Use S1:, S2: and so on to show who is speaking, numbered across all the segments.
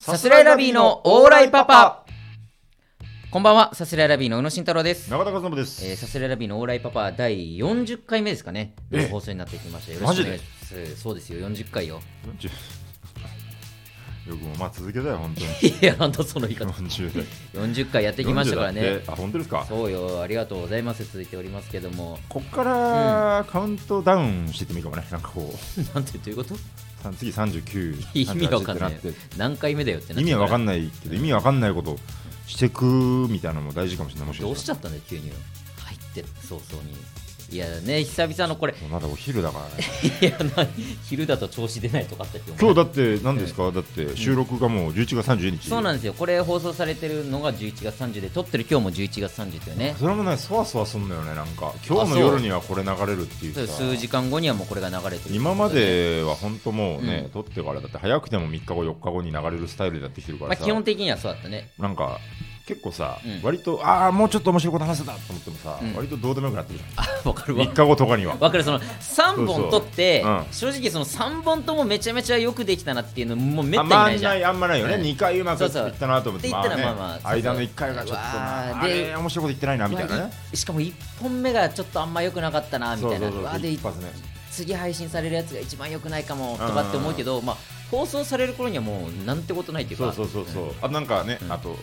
S1: さすらいラビーのオーライパパこんばんは、さすらいラビーの宇野慎太郎です。
S2: 中田和伸です、
S1: えー、さすらいラビーのオーライパパ第40回目ですかね、
S2: ええ
S1: 放送になってきました。よろしくお願いします。そうですよ、40回よ。
S2: 40 よくもまあ続けたよ本当に
S1: いや、なんだその言い 方。
S2: 40代
S1: 40回やってきましたから
S2: 40だっ
S1: ね
S2: て。あ本当ですか
S1: そうよ、ありがとうございます。続いておりますけども、
S2: こっからカウントダウンしてってもいいかもねなんかこ
S1: なんてどういうこと
S2: うさ次39
S1: 意味わかんない
S2: 38ってっ
S1: 何回目だよって
S2: て意味わか
S1: ない。
S2: んないけど意味わかんないことしてくみたいなのも大事かもしれないもしか
S1: どうし
S2: し
S1: ちゃったんだよ、急に。入って早々に。いやね、久々のこれ、
S2: たらまだお昼だからね
S1: いや、な昼だと調子出ないとかあったけど。
S2: 今日だって何ですかだって収録がもう11月30日
S1: そうなん
S2: で
S1: ですよ、これ放送されてるのが11月30で、撮ってる今日も11月30というね、
S2: それもねそわそわすんのよねなんか今日の夜にはこれ流れるっていう
S1: そう
S2: さ
S1: 数時間後にはもうこれが流れてる、
S2: 今ま、では本当もうね、
S1: うん
S2: 撮ってからだって早くても3日後4日後に流れるスタイルになってきてるか
S1: まあ、
S2: らさ、
S1: 基本的にはそうだったね、
S2: なんか結構さ、
S1: うん
S2: 割とああもうちょっと面白いこと話せたと思ってもさ、
S1: うん
S2: 割とどうでもよくなってるじゃ
S1: あ分かる
S2: ん
S1: わ
S2: 3。日後とかには
S1: わかるその3
S2: そうそ
S1: 本
S2: う
S1: 撮って
S2: うん
S1: 正直その3本ともめちゃめちゃよくできたなっていうのもうめった
S2: あ
S1: に
S2: んま
S1: な
S2: あ
S1: い
S2: ん
S1: じゃ
S2: なんいあんまないよね、
S1: うん
S2: 2回うまくいったなと思って
S1: そうそうって言ったら
S2: ね
S1: まあまあそうそう
S2: 間の1回がちょっと
S1: うわ
S2: な
S1: ー
S2: あ
S1: で
S2: れ面白いこと言ってないなみたいなね、
S1: しかも1本目がちょっとあんま良くなかったなみ
S2: そう
S1: たい
S2: そ
S1: な
S2: うそう
S1: うわで
S2: 一発ね
S1: 次配信されるやつが一番良くないかもとかって思うけど、まあ、放送される頃にはもうなんてことないっていう
S2: そ
S1: か
S2: うそうそうそう、
S1: ん
S2: あなんかね、
S1: うん
S2: あと、うん、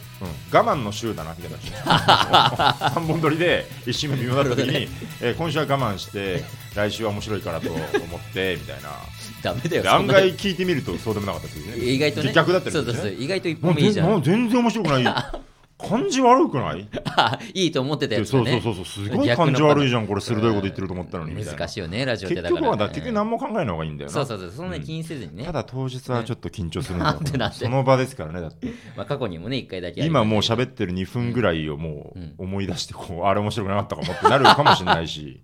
S2: 我慢の週だなみたいな 三本撮りで一週目微妙だった時に、えー今週は我慢して来週は面白いからと思って みたいな
S1: ダメだよ
S2: で
S1: そん
S2: 案
S1: な
S2: 外聞いてみるとそうでもなかったですよね
S1: 意外とね
S2: 逆だったりす
S1: そう
S2: るん
S1: そう
S2: で
S1: そ
S2: す
S1: う
S2: ね
S1: 意外と1
S2: な
S1: 本目いいじゃん
S2: んでなん全然面白くない 感じ悪くない
S1: あ いいと思ってたやつだ
S2: そうそう
S1: ね
S2: そうそうすごい感じ悪いじゃんこれ鋭いこと言ってると思ったのにみたいな
S1: 難しいよねラジオってだ
S2: 結
S1: から
S2: 局はだ結局何も考えない方がいいんだよな
S1: そうそうそうそんなに気にせずにね、
S2: ただ当日はちょっと緊張するんだよ
S1: なんてなんて
S2: その場ですからねだって
S1: まあ、過去にもね1回だけありま
S2: 今
S1: した
S2: もう喋ってる2分ぐらいをも
S1: うん
S2: う思い出してこうあれ面白くなかったかもってなるかもしれな いし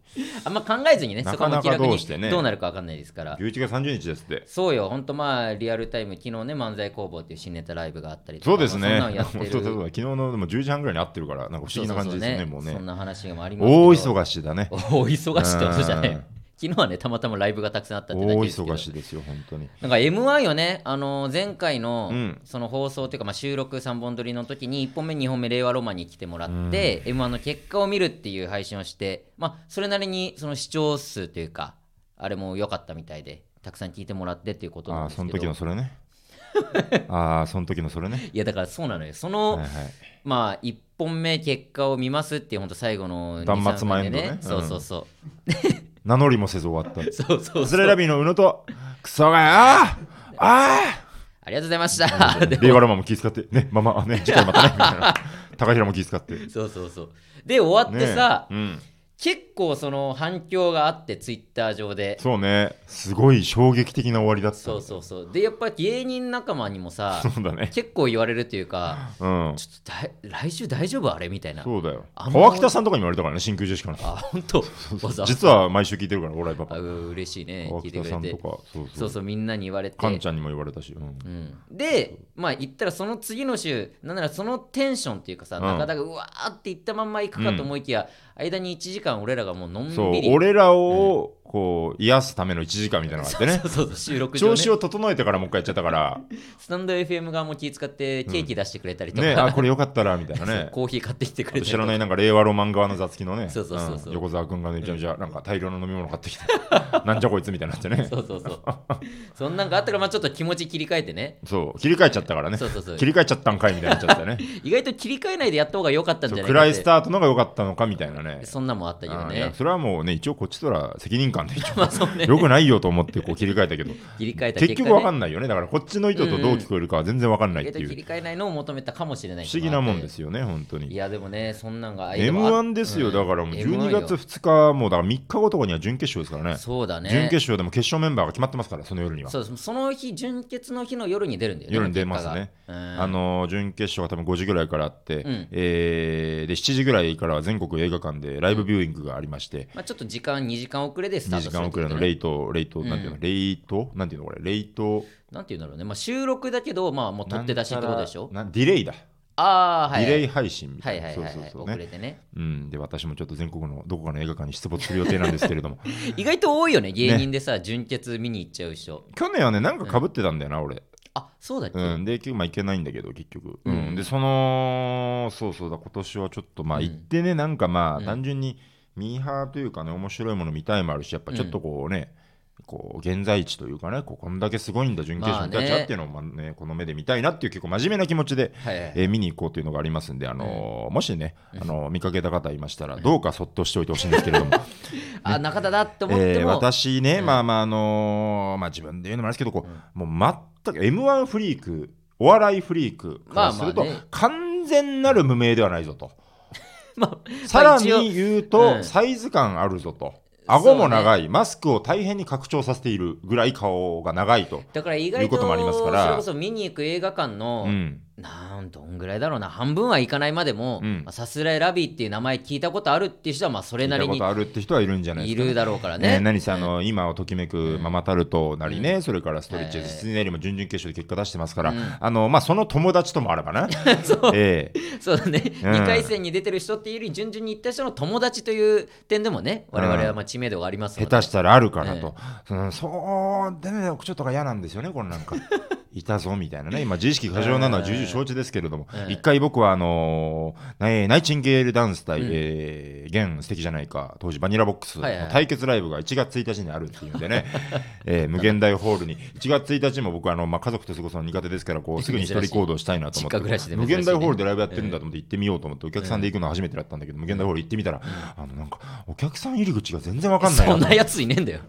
S1: あんま考えずにね
S2: なかなか
S1: そこも気楽に
S2: どうしてね
S1: どうなるか分かんないですから
S2: 11月30日ですって
S1: そうよほんとまあリアルタイム昨日ね漫才工房っていう新ネタライブがあったりとか
S2: そうです
S1: まあそんな
S2: ね
S1: のやって
S2: 本
S1: る
S2: 当そうだ昨日のでも10時半ぐらいに合ってるからなんか不思議な感じですよねもう
S1: そん
S2: ね
S1: な話もあります
S2: 大
S1: が
S2: 忙しだね
S1: 大忙しってことじゃな
S2: う
S1: い
S2: ん
S1: 昨日はねたまたまライブがたくさんあった
S2: 大
S1: ってだけですけど
S2: 忙しですよ本当に
S1: なんか M1 よね、あのー前回の
S2: うん
S1: その放送というか、まあ、収録3本撮りの時に1本目、2本目、令和ロマンに来てもらって、M1 の結果を見るっていう配信をして、まあ、それなりにその視聴数というか、あれも良かったみたいで、たくさん聞いてもらってっていうこと
S2: あ
S1: なん
S2: あ
S1: です
S2: その
S1: け
S2: 時
S1: ど、
S2: の
S1: い
S2: それねああその時のそれね
S1: やだからそうなのよ、その、
S2: はいはい
S1: まあ、1本目、結果を見ますっていう、本当、最後の2
S2: 断末魔
S1: 3分で
S2: エンドね
S1: そう
S2: うん
S1: そうそう、
S2: 名乗りもせず終わった
S1: そうそう
S2: ス
S1: そう、
S2: レラビーの宇野とクソがあああ
S1: ありがとうございま した。
S2: あ令和ロマンも気遣ってねママね次回またね みたいな高平も気遣って
S1: そうそうそうで終わってさ、
S2: ねえうん
S1: 結構その反響があってツイッター上で
S2: そうねすごい衝撃的な終わりだった
S1: そうそうそうでやっぱ芸人仲間にもさ
S2: そうだね
S1: 結構言われるというか
S2: うん
S1: ちょっとだい来週大丈夫あれみたいな
S2: そうだよ
S1: あんま
S2: 川北さんとかにも言われたからね真空ジェシカの
S1: あ本当わざわざ
S2: 実は毎週聞いてるからオーライパ
S1: あ
S2: パ
S1: う嬉しいね
S2: 川
S1: 聞いて
S2: 北
S1: く
S2: さ
S1: れ
S2: んと
S1: て
S2: かそう
S1: そ
S2: そうう
S1: そうみんなに言われて
S2: カンちゃんにも言われたしうん
S1: うん、でまあ言ったらその次の週なんならそのテンションっていうかさ、
S2: うん
S1: 中田がうわーって言ったまんま行くかと思いきや、間に1時間俺らがもうのんびり
S2: そう俺らをこう癒すための1時間みたいなのがあってね
S1: そうそうそう収録上、ね、
S2: 調子を整えてからもう一回やっちゃっ たから、
S1: スタンド FM 側も気使ってケーキ出してくれたりとか、
S2: ね、あ、これよかったら、みたいな
S1: そう
S2: ね。
S1: コーヒー買ってきてく
S2: あ
S1: れたり
S2: と知
S1: と
S2: らな
S1: か
S2: い、なんか令和ロマン側の座付きのね、
S1: そうそうそうそうん
S2: 横澤君がね、めちゃめちゃ、なんか大量の飲み物買っ てきて、なんじゃこいつみたいになってね。
S1: そうそうそうそんなんがあったからまあちょっと気持ち切り替えてね
S2: そう、切り替えちゃったからね
S1: そうそうそう。
S2: 切り替えちゃったんかいみたいになっち ゃってね。
S1: 意外と切り替えないでやった方が良かったんじ
S2: そう
S1: ゃないか
S2: 暗い
S1: って
S2: スタートのが良かったのかみたいなね。
S1: そんなんもあったけど
S2: うんいや
S1: ね
S2: それはもうね、一応こっちとら責任感で 一
S1: まあそうね
S2: 応、よくないよと思ってこう切り替え たけど、
S1: 切り替えた結果、ね、
S2: 結局わかんないよね。だからこっちの意図とどう聞こえるかは全然わかんない
S1: 意
S2: っ
S1: 外
S2: て
S1: と
S2: い
S1: 切り
S2: う、
S1: 替えないのを求めたかもしれない
S2: 不思議なもんですすよね、本当に
S1: い。やでもねそんなんが
S2: M1 ですよ、
S1: うん
S2: だからもう
S1: M1
S2: 12
S1: よ
S2: 月2日、もうだから3日後とかには準決勝ですからね。
S1: そうだね
S2: 準決勝でも決勝メンバーが決まってますから、その夜には。
S1: そうですその日準決の日の夜に出るんだよね
S2: 夜に出ますね
S1: 結果がうん
S2: あのー準決勝が多分5時ぐらいからあって、
S1: うん
S2: えーで7時ぐらいからは全国映画館でライブビューイングがありまして、
S1: まあ、ちょっと時間2時間遅れでスタ
S2: 2
S1: ート
S2: 時
S1: する
S2: 間
S1: ってこと
S2: 遅
S1: ね、
S2: れのレイト、レイト、なんていうの、レイト、なんていうのこれ、レイト、
S1: なんて言うんだろうね、まあ、収録だけど、まあ、もう取って出しってことでしょ
S2: なんディレイだ、
S1: ああ、はい。
S2: ディレイ配信み
S1: は
S2: た
S1: い
S2: い
S1: は
S2: な、
S1: いはいはい、
S2: そうそうそう
S1: 遅れ
S2: ね。
S1: てね。
S2: うん、で私もちょっと全国のどこかの映画館に出没する予定なんですけれ ども
S1: 意外と多いよね、芸人でさ、純潔見に行っちゃう人。
S2: 去年はねなんか被ってたんだよな、俺
S1: あそうだっけ、
S2: うん、で、結局まあ行けないんだけど、結局。
S1: う
S2: う
S1: ん
S2: ん、で、その、そうそうだ、今年はちょっとまあ
S1: うん
S2: 行ってね、なんか
S1: う
S2: まあ
S1: ん
S2: 単純にミーハーというかね、面白いもの見たいもあるし、やっぱちょっとこうね、こう現在地というかね、こうこんだけすごいんだ、準決勝に立ち
S1: まあ
S2: ゃ
S1: ね
S2: っていうのをまあね、この目で見たいなっていう結構真面目な気持ちで、
S1: はいはい
S2: えー見に行こうというのがありますんで、あのーもしね、あのー見かけた方いましたら、どうかそっとしておいてほしいんですけれども、
S1: あ中田だって思っても、
S2: えー私ね、
S1: うん
S2: まあまあ、あのーまあ、自分で言うのもあれですけど、こうもう全く m 1フリーク、お笑いフリークからすると、
S1: まあまあね
S2: 完全なる無名ではないぞと、
S1: まあ、
S2: さらに
S1: まあ一応
S2: 言うと、
S1: うん
S2: サイズ感あるぞと。
S1: そうね
S2: 顎も長い、マスクを大変に拡張させているぐらい顔が長いと。
S1: だから意
S2: い
S1: 外
S2: うこともあります
S1: と
S2: から
S1: それこそ見に行く映画館の、
S2: うん、
S1: なんどんぐらいだろうな半分はいかないまでも
S2: うん
S1: まあさすらいラビーっていう名前聞いたことあるっていう人はまあそれ
S2: 聞い
S1: な
S2: た
S1: り
S2: こ
S1: に
S2: とあるって人はいるんじゃないで
S1: い
S2: すかね、
S1: るだろうから
S2: ね、
S1: ね。
S2: 何せあの、今をときめくママタルトなりね、それからストレッチー
S1: え
S2: ズ、
S1: え
S2: シツネよりも準々決勝で結果出してますから、
S1: うん
S2: あのまあ、その友達ともあれば ね、ええ
S1: そうだね、
S2: うん
S1: 2回戦に出てる人っていうより順々に行った人の友達という点でもね我々はまあ知名度がありますので、
S2: 下手したらあるからと、うんそうでね、ちょっとが嫌なんですよね、これなん か。いたぞみたいなね、今、自意識過剰なのは重々承知ですけれども、
S1: ええ
S2: 一回僕はあのーナイナイチンゲールダンス対、えー現素敵じゃないか、当時バニラボックスの
S1: はいはい
S2: 対決ライブが1月1日にあるっていうん でね、えー無限大ホールに、1月1日も僕、あのまあ、家族と過ごすの苦手ですから、こうすぐに一人行動したいなと思って、
S1: 珍しい実家暮らしで
S2: 無
S1: 珍しいね
S2: 限大ホールでライブやってるんだと思って行ってみようと思って、お客さんで行くの初めてだったんだけど、無限大ホール行ってみたら、あのなんか、お客さん入り口が全然わかんないな
S1: そ
S2: と
S1: ん
S2: 思って
S1: なやついねえんだよ。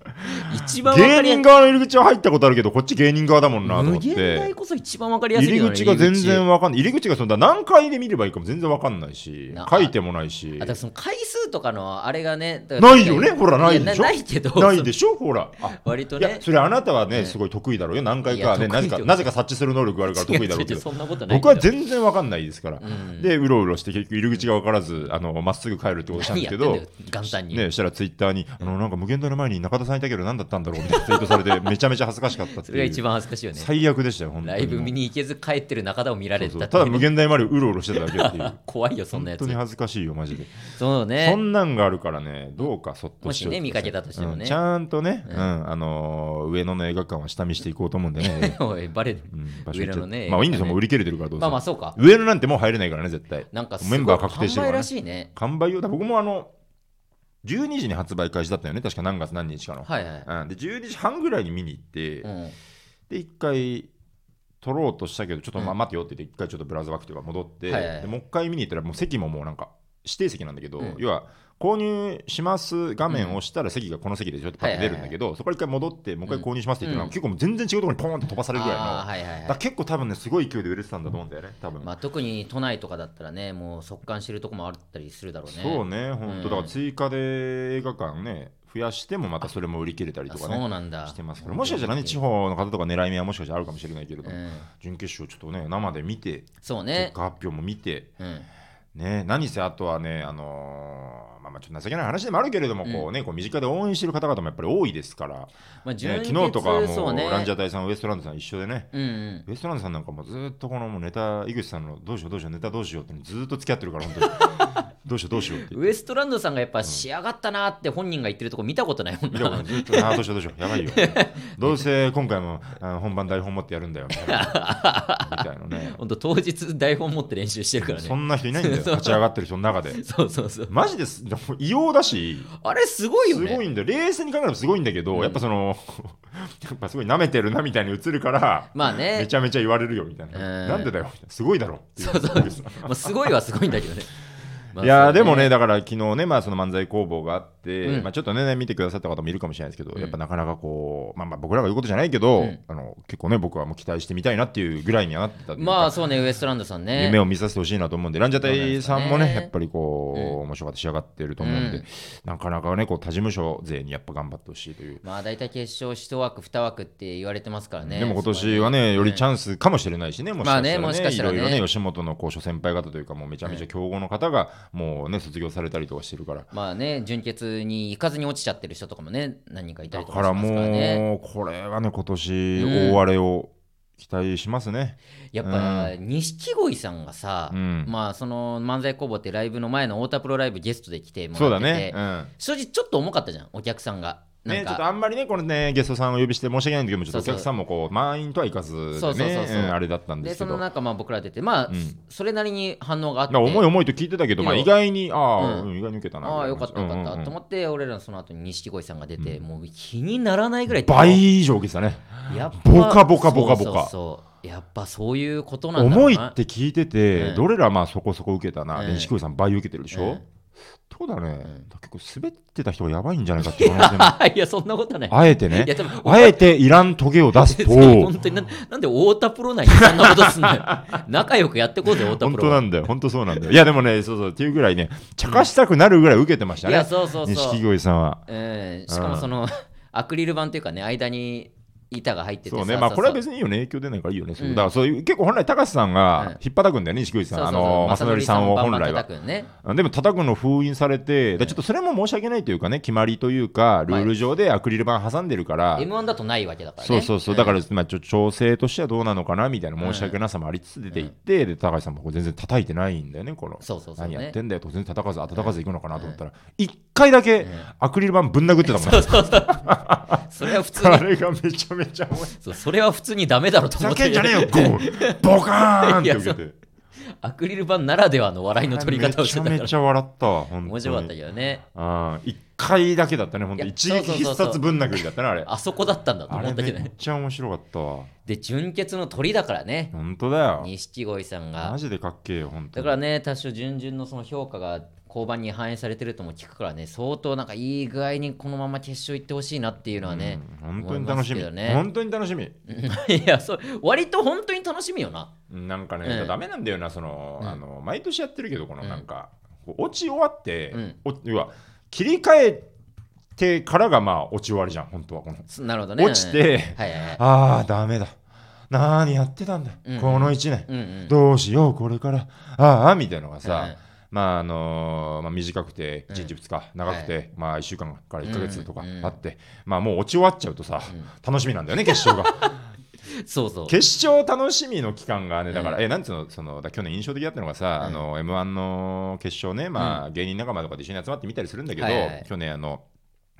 S1: 一番わか
S2: 芸
S1: りや
S2: 人側の入り口は入ったことあるけどこっち芸人側だもんなと思
S1: 無
S2: っ
S1: 限大
S2: て
S1: こそ一番わかりやすい
S2: 入
S1: よ
S2: り
S1: ね
S2: 口が全然
S1: 入
S2: わかんない入り口がそんな何回で見ればいいかも全然わかんないし
S1: な
S2: 書いてもないし
S1: り口あだからその回数とかのあれがねだから
S2: ないよねほらないでしょ
S1: やないけど
S2: ないでしょほらあ
S1: 割と
S2: いや
S1: ね
S2: それあなたはねすごい得意だろうよ何回かね
S1: いや
S2: な
S1: 得
S2: ぜ
S1: 意
S2: か
S1: よ
S2: なぜか察知する能力があるから得意だろうけ
S1: 違う違うそ
S2: ど
S1: んなことないけ
S2: 僕
S1: ど
S2: は全然わかんないですから
S1: ん
S2: でうろうろして結局入り口がわからずあのまっすぐ帰るってことしたん
S1: 何
S2: で
S1: やって
S2: す
S1: ん
S2: け
S1: だ
S2: ど
S1: よ元旦に、
S2: ね、したらツイッターに、あのなんか無限大の前に中田さんいたけど、何だったんだろうみたいなツイートさ れて、めちゃめちゃ恥ずかしかったって
S1: そ
S2: い
S1: れ
S2: う
S1: が一番恥ずかしいよね
S2: 最悪でしたよ、本当
S1: ラ
S2: に。
S1: イブ見に行けず帰ってる中田を見られ
S2: そ
S1: たって
S2: うそうただ無限大までうろうろしてただけっていう。
S1: 怖いよ そんな
S2: 本
S1: や
S2: 当
S1: つ
S2: に恥ずかしいよ、マジで。
S1: そう
S2: そ
S1: ね
S2: んなんがあるからね、どうかそっとしておいてください
S1: もしね見かけたとしてもね
S2: うんちゃんとね、
S1: う。
S2: うんんあのー上野の映画館は下見していこうと思うんでね
S1: おいバレる
S2: うん
S1: 上野のね
S2: まあいいん
S1: 映画館ね
S2: ですよ、もう売り切れてるからどうせ。
S1: まあまあそうか
S2: 上野なんてもう入れないからね、絶対。
S1: なんかすご
S2: メ
S1: い
S2: ンバー確定して
S1: 販
S2: るか
S1: 売
S2: ら
S1: ら
S2: ね。
S1: しいね
S2: 完売用だ、僕もあの、12時に発売開始だったよね、確か何月何日かの。
S1: はいはい、
S2: うん、で12時半ぐらいに見に行って、
S1: うん、
S2: で一回取ろうとしたけどちょっとまあ
S1: うん
S2: 待てよって言って一回ちょっとブラウザバックというか戻って、
S1: はいはい
S2: でもう一回見に行ったらもう席ももうなんか指定席なんだけど、
S1: うん
S2: 要は購入します画面を押したら席がこの席でちょっとパッと出るんだけど、そこから一回戻ってもう一回購入しますって言って、
S1: うん
S2: 結構もう全然違うところにポーンって飛ばされるぐらいの、
S1: あーはいはい
S2: だ
S1: は
S2: から
S1: い
S2: 結構多分ねすごい勢いで売れてたんだと思うんだよね多分、
S1: まあ、特に都内とかだったらねもう速乾してるとこもあったりするだろうね
S2: そうね本当、
S1: うん
S2: だから追加で映画館ね増やしてもまたそれも売り切れたり
S1: あ
S2: とか
S1: そう
S2: ね
S1: なんだ
S2: してますからもしかしたらね地、方の方とか狙い目はもしかしたらあるかもしれないけれど
S1: う
S2: も、
S1: ん、
S2: 準決勝ちょっとね生で見て
S1: そう
S2: 結
S1: ね、
S2: 果発表も見て、
S1: うん、
S2: ね、何せあとはね、あのーまあ、まあちょっと情けない話でもあるけれども、
S1: うん
S2: こうね、こう身近で応援してる方々もやっぱり多いですから、
S1: まあ
S2: ね、昨日とかはも
S1: そうね
S2: ランジャタイさん、ウエストランドさん一緒でね、
S1: うんうん
S2: ウエストランドさんなんかもずっとこのもうネタ、井口さんのどうしようどうしよう、ネタどうしようっていうのにずっと付き合ってるから、本当に どうしようどうしようって。
S1: ウエストランドさんがやっぱ仕上がったなって本人が言ってるとこ見たことないもん
S2: 見たこと
S1: な
S2: ないずっと、ああ、どうしようどうしよう、やばいよ。どうせ今回もあ本番台本持ってやるん だよ、みたいなみたいなね。
S1: 本当当日台本持って練習してるからね
S2: そんな人いないんだよ、
S1: そう
S2: 立ち上がってる人の中で。
S1: そうそうそう
S2: マジです、でも異様だし。
S1: あれすごいよね
S2: すごいんだよ冷静に考えればすごいんだけど、
S1: うん
S2: やっぱその やっぱすごい舐めてるなみたいに映るから、
S1: まあね
S2: めちゃめちゃ言われるよみたいな、
S1: うん
S2: なんでだよみたいなすごいだろってい
S1: そうそうまあすごいはすごいんだけどね。まあ
S2: いやーでも、
S1: そ
S2: ね
S1: う
S2: だから昨日ねまあその漫才工房があって、
S1: うん
S2: まあちょっとね見てくださった方もいるかもしれないですけど、
S1: うん
S2: やっぱなかなかこうまあまあ僕らが言うことじゃないけど、
S1: うん
S2: あの結構ね僕はもう期待してみたいなっていうぐらいにはなってたというか
S1: まあそうね、ウエストランドさんね。
S2: 夢を見させてほしいなと思うんで、ランジャタイさんもね、
S1: そうなんですかね
S2: やっぱりこう、
S1: うん
S2: 面白かった仕上がってると思うんで、
S1: うん
S2: なかなかね、こう他事務所勢にやっぱ頑張ってほしいという
S1: まあ大体決勝1枠、2枠って言われてますからね。
S2: でも今年はね、よりチ
S1: ん
S2: ャンスかもしれないしね、もしかしたら
S1: ま
S2: ね、
S1: あねもしかしたらね
S2: いろいろね、吉本のこう諸先輩方というか、もうめちゃめちゃ強豪の方が、もうね、卒業されたりとかしてるから、
S1: まあね、準決に行かずに落ちちゃってる人とかもね、何人かいた
S2: だ
S1: りと
S2: か
S1: かし
S2: ら
S1: ますからね。
S2: もう、これはね、今年
S1: うん
S2: 大荒れを期待しますね。
S1: やっぱ、錦鯉さんがさ、
S2: うん
S1: まあその漫才工房ってライブの前の太田プロライブゲストで来てもらってて
S2: そうだね、うん
S1: 正直ちょっと重かったじゃん、お客さんが。な
S2: ね、
S1: ん
S2: ちょっと
S1: か
S2: あんまりね、このね、ゲストさんをお呼びして申し訳ないんだけども、ちょっと
S1: そう
S2: お
S1: そう
S2: 客さんもこう満員とはいかずでね、
S1: そうそうそうそう
S2: うんあれだったんで
S1: ですそ
S2: け
S1: の
S2: ど、
S1: 中まあ僕ら出てまあ、
S2: うん
S1: それなりに反応があって
S2: まあ重い重いと聞いてたけど、まあ
S1: いや
S2: 意外に、ああ、
S1: う
S2: うん意外に受けたな。
S1: ああよかったよかった、と思
S2: っ
S1: って俺らのその後に錦鯉さんが出て、もう気にならないぐらい
S2: 倍以上受けてたね。
S1: やっぱ
S2: ボカボカボカボカ
S1: そうそうそうやっぱそういうことなんだろう
S2: 重い
S1: な
S2: って聞いてて、
S1: うん
S2: どれらまあそこそこ受けたな、
S1: うん
S2: 錦鯉さん倍受けてるでしょ、
S1: うん
S2: そうだね、
S1: ん
S2: だから結構滑ってた人がやばいんじゃないかって可能性 も
S1: いやそんなことはない
S2: あえて
S1: いや
S2: ね
S1: でも
S2: あえていらんトゲを出す と
S1: 本当にななんで太田プロ内にそんなことすんのよ 仲良くやってこうぜ太田
S2: 本
S1: プロ
S2: 当
S1: は
S2: なんだよ本当そうなんだよいやでもねそうそうっていうぐらいね茶化したくなるぐらい受けてました
S1: いや
S2: ね
S1: そうそうそう
S2: 錦鯉さんは
S1: うん、しかもその、アクリル板というかね間に板が入ってて
S2: そう
S1: さ
S2: ねまあこれは
S1: そう
S2: 別にいいよね影響出ないからいいよね、そう
S1: うん
S2: だからそういう結構本来高瀬さん
S1: うん
S2: が引っ叩くんだよね錦鯉さん、
S1: そう
S2: あ
S1: そうそう
S2: の正則さんを
S1: バンバ
S2: 本
S1: ン
S2: 来は
S1: 叩くね
S2: でも叩くの封印されて、だからちょっとそれも申し訳ないというかね、決まりというか、ルール上でアクリル板挟んでるから、
S1: m 1だとないわけだからね
S2: そうそうそう、だから、まあ、ちょ調整としてはどうなのかなみたいな申し訳なさもありつつ出ていって、で高橋さんもこう全然叩いてないんだよね、この。
S1: そうそうそう
S2: 何
S1: ね
S2: やってんだよと全然叩かず叩かずいくのかなと思ったら一、回だけアクリル板ぶん殴ってたもんね、
S1: それは普通に
S2: あれがめちゃめちゃ重いふ
S1: そうそれは普通にダメだろと思
S2: ざ
S1: って
S2: けんじゃねえよゴーボカーンって受けて
S1: アクリル板ならではの笑いの取り方をしてた
S2: め
S1: か
S2: ちゃ
S1: ら
S2: めちゃ笑ったわ本当に
S1: 面白かったけどね
S2: あー一回だけだったね、本当
S1: いや
S2: 一
S1: そ
S2: 撃
S1: うそうそ
S2: 必
S1: うそう
S2: 殺ぶん殴りだったね、あれ。
S1: あそこだったんだと
S2: あ
S1: 思
S2: れ
S1: った
S2: め
S1: けどね
S2: っちゃ面白かったわ。
S1: で純潔の鳥だからね
S2: 本当だよ。
S1: 錦鯉さんが
S2: マジでかっけえよ、本当
S1: だ
S2: に
S1: からね多少純々のその評価が交番に反映されてるとも聞くからね相当なんかいい具合にこのまま決勝行ってほしいなっていうのはね、
S2: うん本当に楽しみ。
S1: 思いますけどね
S2: 本当に楽しみ。
S1: いやそう割と本当に楽しみよな
S2: なんかね、
S1: ええ
S2: ダメなんだよな、その、
S1: うん
S2: あの毎年やってるけど、この
S1: うん
S2: なんか、こう落ち終わって、
S1: うん
S2: お要は切り替えてからがまあ落ち終わりじゃん、本当はこの。
S1: すなるほどね
S2: 落ちて
S1: はいはいはい
S2: ああ、ダメだ。何やってたんだ、
S1: うん
S2: この1年。
S1: うんうん
S2: どうしよう、これから。ああ、みたいなのがさ、
S1: はい
S2: まああのまあ、短くて1日2日、長くて、
S1: は
S2: まあ、1週間から1か月とか
S1: うんうんうん
S2: あって、まあ、もう落ち終わっちゃうとさ、楽しみなんだよね決勝が
S1: そうそう
S2: 決勝楽しみの期間がねだから、
S1: うん
S2: えなんつうのそのだ去年印象的だったのがさ、
S1: うん
S2: あの m 1の決勝ね、まあ芸人仲間とかで一緒に集まって見たりするんだけど、
S1: はいはい
S2: 去年あの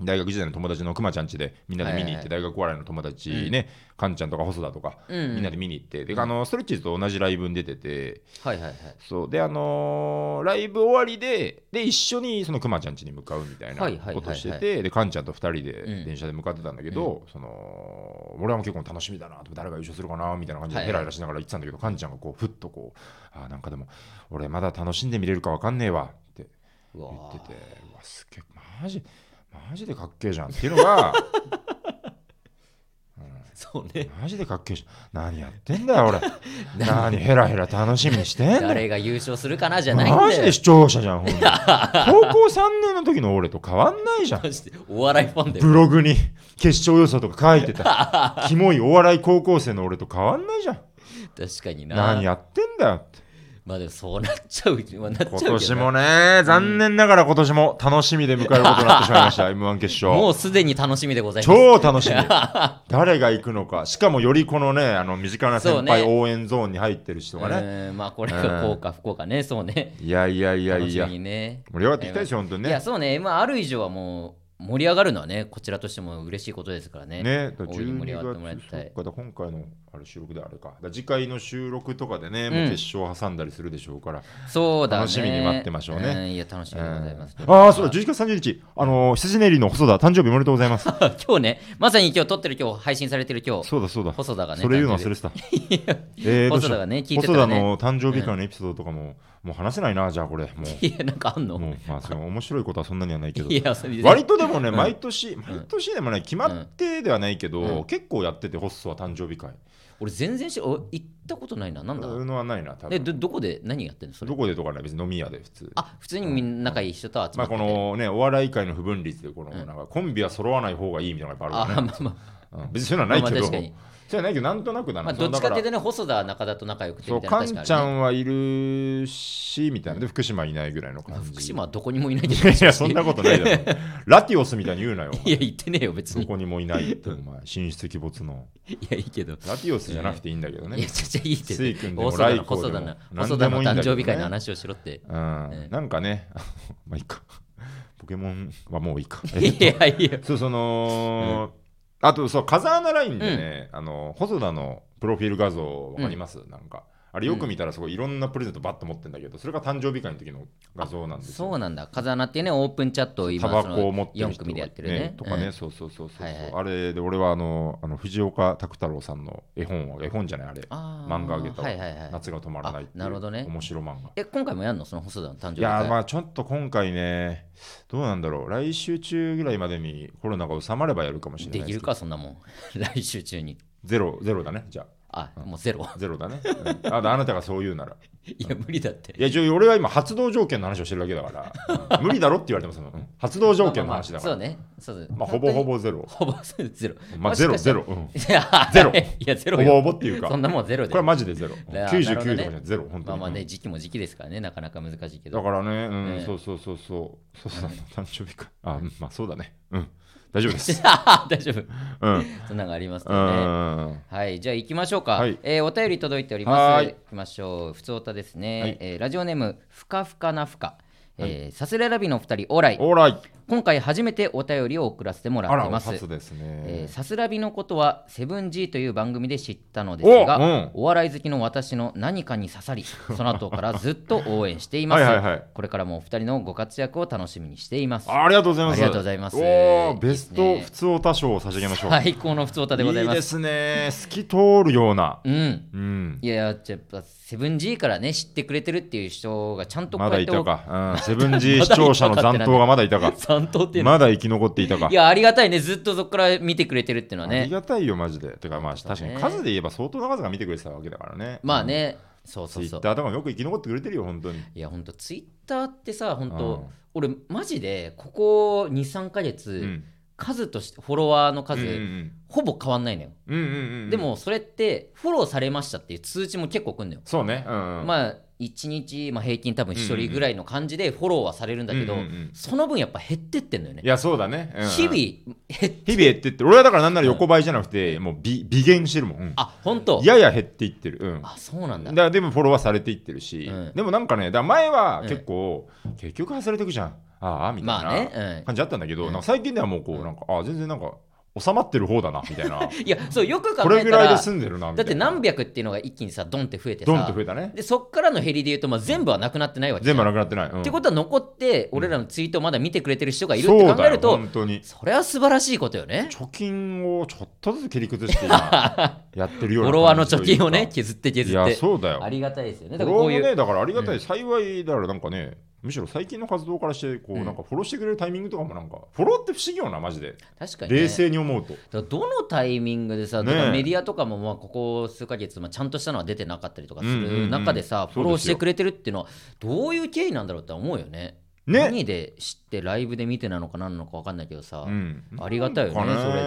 S2: 大学時代の友達のくまちゃん家でみんなで見に行って、大学お笑いの友達ね、かんちゃんとか細田とか、
S1: うんうん
S2: みんなで見に行ってであのストレッチーズと同じライブに出てて、
S1: はいはいはい
S2: そうであのーライブ終わりでで一緒にそのくまちゃん家に向かうみたいな
S1: はいはいはいはい
S2: ことをしててでかんちゃんと2人
S1: うん
S2: で電車で向かってたんだけど、その俺はもう結構楽しみだなと誰が優勝するかなみたいな感じで
S1: はい
S2: ヘラヘラしながら言ってたんだけど、かんちゃんがこうふっとこうあーなんかでも俺まだ楽しんで見れるかわかんねえわって
S1: うわ
S2: 言っ
S1: ー
S2: ててうわすげえマジマジでかっけえじゃんっていうのが
S1: そうね
S2: マジでかっけえじゃん何やってんだ よ俺何ヘラヘラ楽しみにしてんだよ
S1: 誰が優勝するかなじゃないんだよ
S2: マジで視聴者じゃん、ほんと高校3年の時の俺と変わんない じゃん。
S1: マジでお笑いファンだよ
S2: ブログに決勝予想とか書いてた。キモいお笑い高校生の俺と変わんないじゃん。
S1: 確かにな
S2: 何やってんだよって。
S1: まあでもそうなっちゃうまあなっちゃうけ
S2: 今
S1: どな
S2: 年もね、残念ながら今年も楽しみで迎えることになってしまいま した、M1 決
S1: も
S2: 勝。
S1: うすでに楽しみでございます
S2: 超楽し み。誰が行くのか。しかもよりこのね、あの身近な先輩
S1: そうね
S2: 応援ゾーンに入ってる人がね。
S1: うんまあこれがこうか不幸かねそうね
S2: いやいやいや
S1: 楽
S2: い
S1: し
S2: や
S1: み。にね
S2: 盛り上がっていきたいですよ、本当に
S1: いや
S2: ね。
S1: そうね、まあ、ある以上はもう盛り上がるのはね、こちらとしても嬉しいことですからね。
S2: ね、だから
S1: 大いに
S2: 12
S1: 盛り上がってもらい
S2: 月
S1: たい。
S2: そっかだ今回のあれ収録であれかだから次回の収録とかでね、
S1: ん
S2: もう決勝挟んだりするでしょうから、
S1: そうだね。
S2: 楽しみに待ってましょうね
S1: んいや、楽しみでございます。
S2: うんああそうだ11月30日あのー羊ネイリの細田誕生日おめでとうございます
S1: 今日ね、まさに今日撮ってる今日、配信されてる今日、
S2: そうだそうだ
S1: 細田がね、
S2: それ言うの
S1: 誕生
S2: 忘
S1: 日
S2: れてた えーどうし
S1: 細
S2: よう
S1: 田がね聞いてたら
S2: 細田
S1: ね
S2: の誕生日会のエピソードとかも、もう話せないなじゃあこれも
S1: いや、なんかあん
S2: う
S1: の
S2: もうまあその面白いことはそんなにはないけど
S1: いや、それ
S2: 割とでもね、毎年、毎年でもね、決まってではないけど、
S1: うん
S2: 結構やってて、ホッソは誕生日会。
S1: 俺全然し、お行ったことないな。なんだ
S2: そういうのはないな、多
S1: え、
S2: 分
S1: ど、どこで何やってんのそれ
S2: ど。こでとかね、別に飲み屋で普通。
S1: あ、普通にみんな仲いい人と集ま
S2: まあ
S1: って
S2: こ
S1: て。
S2: のね、お笑い界の不分率でこのなんかコンビは揃わない方がいいみたいなのがやっぱあ
S1: あ、
S2: るか
S1: まあまあ。
S2: らね。うん別にそういうのはないけど、
S1: まあ
S2: そう
S1: まあ
S2: い
S1: 確
S2: う
S1: か
S2: のはないけど、なんとなくだ
S1: ま
S2: な。
S1: あ、どっちかっていうとね、細田、中田と仲良くて
S2: そう
S1: みたいな
S2: か
S1: 確
S2: ん
S1: かに
S2: ちゃ
S1: ね。
S2: んはいるし、みたいな。で、福島いないぐらいの感じ。
S1: 福島はどこにもいないけど。
S2: いや、そんなことないだろ。 ラティオスみたいに言うなよ。
S1: いや、言ってねえよ、別
S2: ど
S1: に。
S2: こにもいないって、お前。神出鬼没の。
S1: いや、いいけど。
S2: ラティオスじゃなくていいんだけど
S1: いや、
S2: ね。
S1: ちゃちゃいいって。
S2: 水君でも
S1: 細田
S2: ライ
S1: の
S2: コ
S1: 細
S2: ーで
S1: 田
S2: も
S1: の
S2: 何
S1: 細
S2: で
S1: 田の
S2: もいいんだけ
S1: 誕
S2: どね
S1: 生日会の話をしろって
S2: う。ん。なんかね、まあいいか。ポケモンはもういいか。え
S1: いやいや
S2: そうその、あとそう風穴ラインでね、あの細田のプロフィール画像わかります、なんかあれよく見たらすごいいろんなプレゼントバッと持ってんだけどそれが誕生日会の時の画像なんですよ
S1: そうなんだ風穴っていうねオープンチャットを今
S2: タバコを持ってる
S1: 4
S2: 人
S1: 組でやってるね
S2: とかね、
S1: うん
S2: そうそうそうそうそう、
S1: はいはい
S2: あれで俺はあのあの藤岡拓太郎さんの絵本を絵本じゃないあれ
S1: あー
S2: 漫画あげたわ、
S1: はいはいはい
S2: 夏が止まらないって
S1: あ
S2: い
S1: なるほど
S2: う、
S1: ね
S2: 面白漫画
S1: え今回もやんのその細田の誕生日
S2: いやーま
S1: あ
S2: あちょっと今回ねどうなんだろう来週中ぐらいまでにコロナが収まればやるかもしれな
S1: で
S2: い
S1: き
S2: す
S1: る
S2: けど
S1: かそんなもん 来週中に
S2: ゼロゼロだねじゃあ
S1: あもうゼロ
S2: ゼロだね、うんああなたがそう言うなら
S1: いや無理だって
S2: いやちょ俺は今発動条件の話をしてるだけだから、うん無理だろって言われてますもん、うん発動条件の話だから、ま
S1: ま
S2: あ
S1: あまあまあそうねそう
S2: ほぼほ
S1: ぼ
S2: ぼゼロ
S1: ほぼ ゼロ
S2: まあゼロ
S1: もしかした
S2: ゼ
S1: ら
S2: ロ、うん
S1: いや
S2: ゼロ
S1: いやゼロ
S2: ほ
S1: よ
S2: ぼほぼっていうか
S1: そんなもんゼロで
S2: これはマジでゼロ
S1: いや
S2: 99とかじゃ
S1: なるほど
S2: ないゼロ本当
S1: まあ
S2: に、
S1: まあね時期も時期ですからねなかなか難しいけ
S2: うんだ
S1: ど
S2: からね、うん
S1: ね
S2: そうそうそうそうそうそう誕生日かあうんまあそうだねうん大丈夫 です
S1: 大丈夫
S2: うん
S1: そんなのがあります
S2: う
S1: よね
S2: ん
S1: はいじゃあ行きましょうか、
S2: はい
S1: えーお便り届いており
S2: は
S1: ま
S2: ー
S1: す
S2: い
S1: 行きましょう普通おたですね、
S2: はい
S1: えーラジオネームふかふかなふか、えーさすらいラビのお二人オーライ
S2: オーライ
S1: 今回初めてお便りを送らせてもら
S2: あ
S1: っ
S2: ら
S1: て
S2: お
S1: ます
S2: 初ですね、
S1: えーさすらびのことは「セブン g という番組で知ったのですがお,、
S2: おうん
S1: 笑い好きの私の何かに刺 さりその後からずっと応援しています
S2: はいはいはい
S1: これからもお二人のご活躍を楽しみにしています
S2: ありがとうございます。
S1: ありがとうございます
S2: おーベス
S1: いい
S2: ト
S1: ですね
S2: 普通お多賞を差し上げま しょう。
S1: 最高の普通歌でございます
S2: ですね。透き通るような。
S1: うん
S2: うん。
S1: いやややっぱセブン g からね知ってくれてるっていう人がちゃんとこ
S2: ま
S1: う
S2: だ
S1: やっ
S2: い
S1: て
S2: たか。うん。セブンジー視聴者の残党がまだい たか。
S1: 三刀っていうの
S2: まだ生き残っていたか
S1: い。やありがたいねずっとそこから見てくれてるっていうのは
S2: あり
S1: ね
S2: がたいよ、マジで。てか、まあ、確かに
S1: ね
S2: 数で言えば相当な数が見てくれてたわけだからね。
S1: まあね、そう
S2: ツ
S1: そ
S2: イ
S1: うそ
S2: ッ
S1: う
S2: ターとかもよく生き残ってくれてるよ、本当に。
S1: いやほんとツイッターってさほん
S2: うん
S1: と俺マジでここ23か月、
S2: うん。
S1: 数としてフォロワーの
S2: うん
S1: 数、
S2: うん
S1: ほぼ変わんないのよ、
S2: うんうんうん。
S1: で、もそれってフォローされましたっていう通知も結構くんのよ、
S2: そうね。うんうん。
S1: まあ1日、まあ、平均多分1人ぐらいの感じでフォローはされるんだけど、
S2: うんうんうん
S1: その分やっぱ減ってってんのよね
S2: いや、そうだね。うんうん
S1: 日々。減っ
S2: 日々減ってって、俺はだからなんなら横ばいじゃなくて、もうび微減してるもんうん。
S1: あ本当
S2: やや減っていってる。うん。
S1: あそうなんだ
S2: だでもフォロワーされていってるし、
S1: うん
S2: でもなんかねだ前は
S1: うん
S2: 結構、結局外れてくじゃんああみたい
S1: ま
S2: な
S1: あね、
S2: 感じだったんだけど、
S1: うん
S2: なんか最近ではもうこうなんかあ全然なんか収まってる方だなみたいな
S1: うん、いや そうよく考えたら
S2: これぐらいで済んでるなみた
S1: だ
S2: いな
S1: って何百っていうのが一気にさドンって増えてさ
S2: ドンと増えたね
S1: でそっからの減りで言うと、まあ、全部はなくなってないわけじゃん
S2: 全部なくなってない、うん
S1: ってことは残って俺らのツイートをまだ見てくれてる人がいるっ
S2: そうだ
S1: て
S2: よ
S1: 考えると
S2: 本当に
S1: それは素晴らしいことよね
S2: 貯金をちょっとずつ切り崩 して今やってるよ
S1: フォ
S2: うな
S1: ロワーの
S2: 感
S1: 貯
S2: じとい
S1: 金
S2: うか
S1: をね削って
S2: い
S1: 削っ
S2: や
S1: て
S2: そうだよ
S1: ありがたいですよね
S2: フ
S1: だ
S2: ォ
S1: からこうい
S2: ロワーもね
S1: う
S2: だからありがたい、幸いだからなんかねむしろ最近の活動からしてこう、
S1: うん
S2: なんかフォローしてくれるタイミングとかもなんかフォローって不思議よなマジで
S1: 確かにね
S2: 冷静に思うと
S1: だからどのタイミングでさ、
S2: ねえ
S1: だからメディアとかもまあここ数ヶ月、まあ、ちゃんとしたのは出てなかったりとかす
S2: うんうんう
S1: る
S2: ん
S1: 中でさ、フォローし
S2: そうです
S1: て
S2: よ
S1: くれてるっていうのはどういう経緯なんだろうって思うよね。
S2: ね
S1: 何で知ってライブで見てなのか何なのか分かんないけどさ、
S2: うん
S1: ありがたいよね
S2: なんか
S1: それで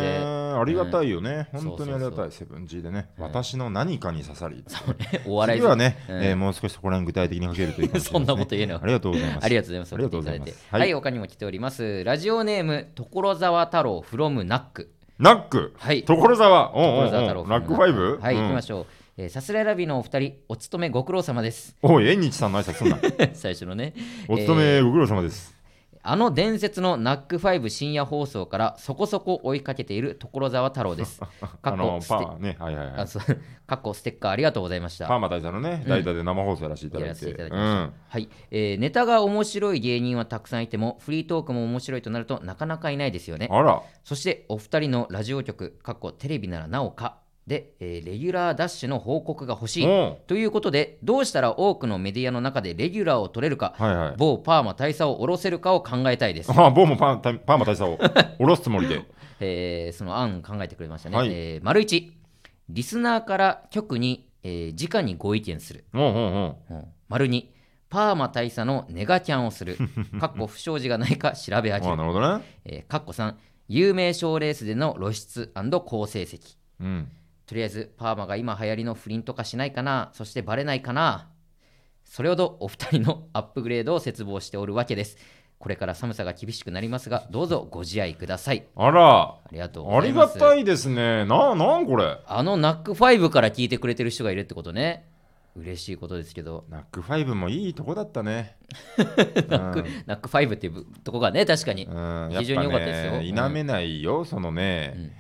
S2: ありがたいよね、
S1: うん
S2: 本当にありがたい、セブン G でね、私の何かに刺さり、
S1: お 笑い
S2: 次はね、
S1: うん
S2: えーもう少しそこら辺具体的にかけるといいかもしれ
S1: そん
S2: ないですね
S1: なこと言うの
S2: ありがとうございます。
S1: ありがとうございます。
S2: ありがとうございます
S1: 送ってただ
S2: はい
S1: てはい、他にも来ております。ラジオネーム、所沢太郎 from ナック。
S2: ナック、
S1: はい
S2: 所沢、おうおうおう
S1: 所沢太郎 from
S2: ナックファイブ、
S1: はい、
S2: うん
S1: 行きましょう。えーさすらいラビのお二人、お勤めご苦労様です。
S2: おい、縁日さんの挨拶 すんな。
S1: 最初のね。
S2: お勤
S1: えー
S2: めご苦労様です。
S1: あの伝説のナックファイブ深夜放送からそこそこ追いかけている所沢太郎 です。
S2: あ
S1: 過去
S2: の
S1: ステ
S2: パーね、はいはいは
S1: あ
S2: い。
S1: そう過去ステッカーありがとうございました。
S2: パーマ大佐のね、代打で生放送やらせていただ
S1: やら
S2: い
S1: せて
S2: て。
S1: いただき
S2: う
S1: ま
S2: ん
S1: した、はいえーネタが面白い芸人はたくさんいてもフリートークも面白いとなるとなかなかいないですよね
S2: あら、
S1: そしてお二人のラジオ局、過去テレビならなおかで、えーレギュラーダッシュの報告が欲しい。
S2: おう
S1: ということで、どうしたら多くのメディアの中でレギュラーを取れるか、
S2: はいはい。
S1: 某パーマ大佐を下ろせるかを考えたいです。
S2: あ、ボーもパンパーマ大佐を下ろすつも りで。
S1: えーその案考えてくれましたね。
S2: はい
S1: えー丸一、リスナーから局に、えー直にご意見する。
S2: うんうんうん。
S1: うん丸二、パーマ大佐のネガキャンをす る。かっこ不祥事がないか調べ上げ
S2: あ
S1: る。
S2: なるほどね。
S1: えー、かっこ3、有名賞レースでの露出好成績。
S2: うん。
S1: とりあえずパーマが今流行りの不倫とかしないかなそしてバレないかなそれほどお二人の アップグレードを切望しておるわけですこれから寒さが厳しくなりますがどうぞご自愛ください
S2: あら、
S1: ありがとう
S2: あ
S1: ござ
S2: り
S1: い
S2: が
S1: ます
S2: たいですね。な、なんこれ。
S1: あのナックファイブから聞いてくれてる人がいるってことね嬉しいことですけど、
S2: ナックファイブもいいとこだっ たね。
S1: ナック、ナック5っていうぶとこがね、確かに。
S2: うん
S1: 非常に良かったですよ
S2: やぱね否めないよ、そのね、
S1: うん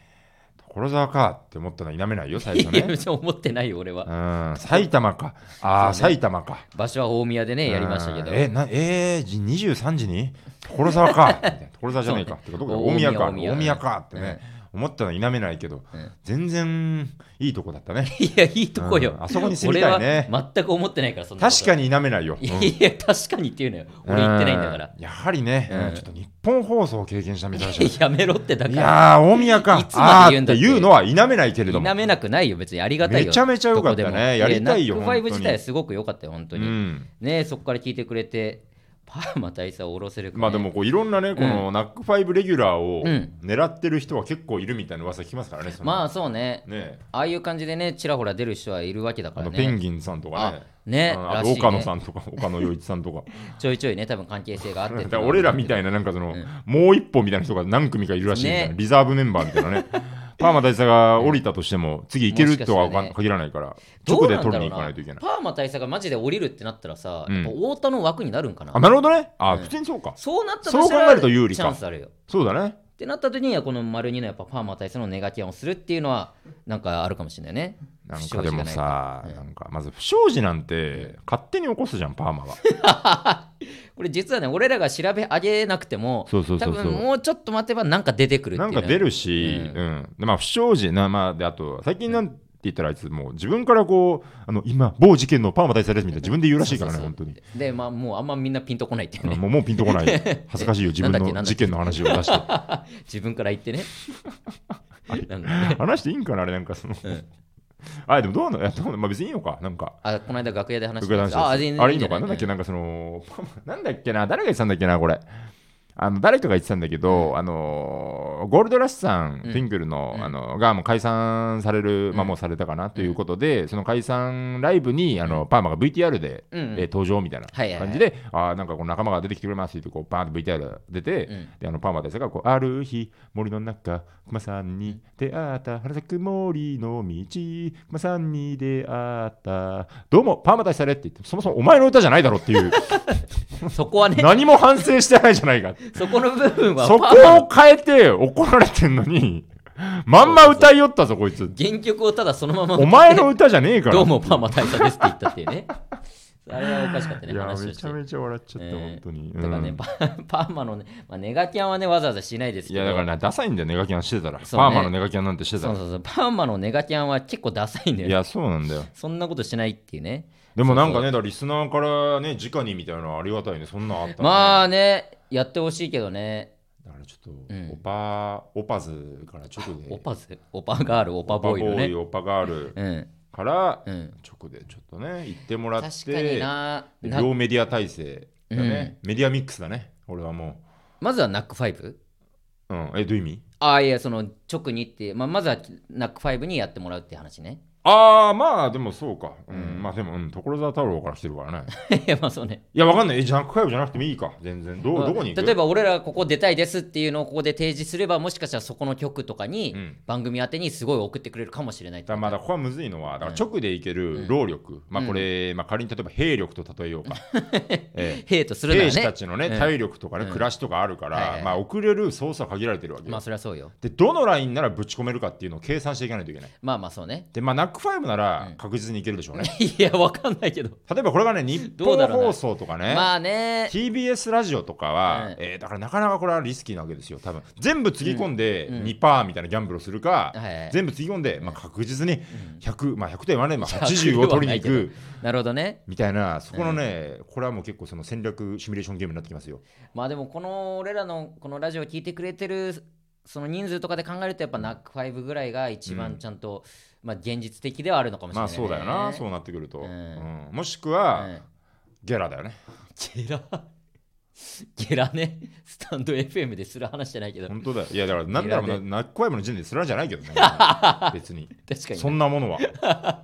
S2: 所沢かって思ったのは否めないよ、最
S1: い
S2: 初
S1: や、
S2: ね。
S1: 別に思ってないよ、俺は。
S2: うん、埼玉か。ああ、
S1: そうね
S2: 埼玉か。
S1: 場所は大宮でね、やりましたけど。
S2: うんえ、なえー、じ23時に所沢か みたいな所沢じゃないかってことか、
S1: そうね
S2: 大宮か
S1: 大
S2: 大
S1: 宮
S2: 宮かってね、思ったのは否めないけど、
S1: うん
S2: 全然いいとこだったね
S1: いや、いいとこよ。
S2: うんあそこに住みたいね
S1: 俺は全く思ってないから、そんなこと
S2: 確かに否めないよ、
S1: い
S2: うん
S1: やいや、確かにっていうのよ。俺言ってないんだから
S2: う。やはりね、
S1: うん
S2: うんちょっと日本放送を経験したみたいじゃん
S1: やめろって、だ
S2: い
S1: から。
S2: やー大宮か
S1: いつまで言うん
S2: あーっ
S1: だってて
S2: いうのは否めないけれども
S1: 否めなくないよ、別にありがたいよ。
S2: めちゃめちゃ良かった
S1: どこでも
S2: ねやりたいよ
S1: やナックフ
S2: 本
S1: ァイ
S2: 当に
S1: ブ自体すごく良かったよ、本当
S2: う
S1: に。
S2: ん
S1: ねそこから聞いてくれて、パーマ大佐を下ろせるかね。
S2: まあでもこういろんなね、このナックファイブレギュラーを
S1: うん
S2: 狙ってる人は結構いるみたいな噂聞きますからね、その
S1: まあそうね。
S2: ね
S1: ああいう感じでね、ちらほら出る人はいるわけだか
S2: あ
S1: ら
S2: の
S1: ね。
S2: ペンギンさんとかね、
S1: あね
S2: うん
S1: ら
S2: あ
S1: しいね
S2: と岡野さんとか、岡野陽一さんと か、
S1: ちょいちょいね、多分関係性があって
S2: だから俺らみた
S1: い
S2: いな、なんかその、
S1: ん
S2: もう一歩みたいな人が何組かいるらしいみたいな、
S1: ね
S2: リザーブメンバーみたい なね、パーマ大佐が降りたとしても、次行けるとは
S1: もしかしたらね
S2: 限らないから、
S1: どうな
S2: 直で
S1: んだろう
S2: 取りに行かないといけない。
S1: パーマ大佐がマジで降りるってなったらさ、
S2: うん
S1: やっぱ太田の枠になるんかな
S2: あ、なるほどね。あ、
S1: うん
S2: 普通にそうか。
S1: そうなったとしたら
S2: そう考えると有利か
S1: チャンスあるよ。
S2: そうだね。
S1: ってなった時にはこの丸二のやっぱパーマ大佐のネガキャンをするっていうのはなんかあるかもしれないね。
S2: なんかでもさ、
S1: 不祥事がないと
S2: なんかまず不祥事なんて勝手に起こすじゃん、パーマは。
S1: これ実はね俺らが調べ上げなくても
S2: そうそうそうそ
S1: 多
S2: う
S1: 分もうちょっと待てばなんか出てくるってい
S2: な
S1: う、
S2: ん
S1: ね、
S2: か出るし、
S1: う
S2: うんでまあ、不祥事な、まあ、であと最近なんて言ったらあいつもう自分からこうあの今某事件のパーマ大佐ですみたいな自分で言うらしいからね
S1: そうそう
S2: 本当に
S1: でまあもうあんまみんなピンとこないっていう
S2: あの
S1: ね
S2: もうもうピンと こない恥ずかしいよ自分
S1: なんだっけな
S2: の
S1: んだっ
S2: 事
S1: け
S2: 件の話を出して
S1: 自分から言 ってね。なんかね
S2: 話していいんかなあれなんかその、あでもどうなのいやどうなのまあ別にいいのかなんか
S1: あこの間楽屋で話して
S2: 福田さん
S1: あ
S2: あ
S1: 全然
S2: れいいのかなんだっけなんかその パーマなんだっけな誰が言ってたんだっけなこれあの誰かが言ってたんだけど、あのーゴールドラッシュさん、
S1: うん
S2: ピンクルの,、
S1: うん
S2: あのがもう解散される、ま
S1: う
S2: あ、
S1: ん
S2: もうされたかなということで、その解散ライブにあのパーマが VTR で、
S1: うんうん
S2: えー登場みたいな
S1: はいはいはい
S2: 感じで、あーなんかこの仲間が出てきてくれますってこうバーンと VTR 出て、
S1: うん
S2: であのパーマ大佐がこうある日森の中熊さんに出会った花咲く森の道熊さんに出会ったどうもパーマ大佐でって言ってそもそもお前の歌じゃないだろっていう
S1: そこはね
S2: 何も反省してないじゃないか
S1: そこの部分は
S2: そこ
S1: パーマの
S2: を変えて怒られてんのにまんま歌いよったぞこいつ
S1: 原曲をただそのまま
S2: お前の歌じゃねえから
S1: どうもパーマ大佐ですって言ったっていうね。あれはおかしかった
S2: い
S1: ね、
S2: や
S1: 話と
S2: め
S1: し
S2: ち
S1: て
S2: ゃ。めちゃ笑っちゃった、
S1: ね
S2: 本当に、
S1: だからね、
S2: うん
S1: パ パーマのね、まあ、ネガキャンはね、わざわざしないですけ
S2: い
S1: ど。
S2: やだからねダサいんだよネガキャンしてたら、
S1: そうね
S2: パーマのネガキャンなんてしてた
S1: そう
S2: ら
S1: そうそう、パーマのネガキャンは結構ダサいんだよ
S2: い
S1: ね。
S2: やそうなんだよ
S1: そんなことしないっていうね。
S2: でもなんかね、だからリスナーからね、直にみたいなのありがたいね、そんなんあった、ね、
S1: ま
S2: あ、
S1: あね、やってほしいけどね。
S2: だからちょっ
S1: う
S2: と、
S1: ん
S2: オパ、オパズから直で、
S1: オパズ、オパガール、オパボーイのね。
S2: オパガール
S1: うん、
S2: から
S1: うん。
S2: 直でちょっとね、行ってもらって、
S1: 確かにな
S2: で
S1: な
S2: 両メディア体制だね、メディアミックスだね、俺はも
S1: まずはナックファイブ
S2: う。うん、え、どういう意味
S1: ああ、いや、その直にって、まあ、まずはナックファイブにやってもらうって話ね。
S2: ああ、まあでもそうか。うん、
S1: うん
S2: まあでも、うん、所沢太郎から来てるからね。
S1: いや、まあそうね。
S2: いや、わかんない。え、ジャンク会話じゃなくてもいいか、全然。どうどこに行く
S1: 例えば俺らここ出たいですっていうのをここで提示すればもしかしたらそこの曲とかに
S2: うん
S1: 番組宛てにすごい送ってくれるかもしれないって
S2: だ
S1: こ
S2: から
S1: と
S2: まだここはむずいのは、だから直でいける労力、まあこれ、まあ仮に例えば兵力と例えようか。 ええ
S1: ヘイトするな
S2: 兵
S1: ら
S2: 士た
S1: ね
S2: ちのね、
S1: うん
S2: 体力とかね、
S1: うん
S2: 暮らしとかあるから、
S1: はいはい
S2: まあ送れる操作は限られてるわけよ、
S1: まあそりゃそうよ
S2: でどのラインならぶち込めるかっていうのを計算していかないといけない
S1: まあまあそうね
S2: でまあナックファイブな
S1: う
S2: ら
S1: ん
S2: 確実にいけるでしょうね、
S1: いやわかんないけど
S2: 例えばこれがね日
S1: どう
S2: 本
S1: だろうな
S2: 放送とかね
S1: まあね
S2: TBS ラジオとかは、
S1: うん
S2: えーだからなかなかこれはリスキーなわけですよ多分全部つぎ込んで
S1: うんうん
S2: 2%みたいなギャンブルをするか、
S1: はいはい
S2: 全部つぎ込んで、まあ、確実に100、まあ、100点は ね、まあ、
S1: 100
S2: 80を取りに行
S1: はない
S2: く
S1: なるほどね
S2: みたいなそこのね、これはもう結構その戦略シミュレーションゲームになってきますよ
S1: まあでもこの俺らのこのラジオ聞いてくれてるその人数とかで考えるとやっぱナックファイブぐらいが一番ちゃんとまあ現実的ではあるのかもしれな
S2: まあ
S1: いね
S2: そうだよな、そうなってくると、
S1: うん
S2: うんもしくは、
S1: うん
S2: ゲラだよね
S1: ゲラ ゲラねスタンド FM でする話じゃないけど
S2: 本当だよいやだからなんだろう
S1: ゲラ
S2: な
S1: で
S2: ナックワイブの時点ですらじゃないけ どね別に
S1: 確かにね
S2: そんなものは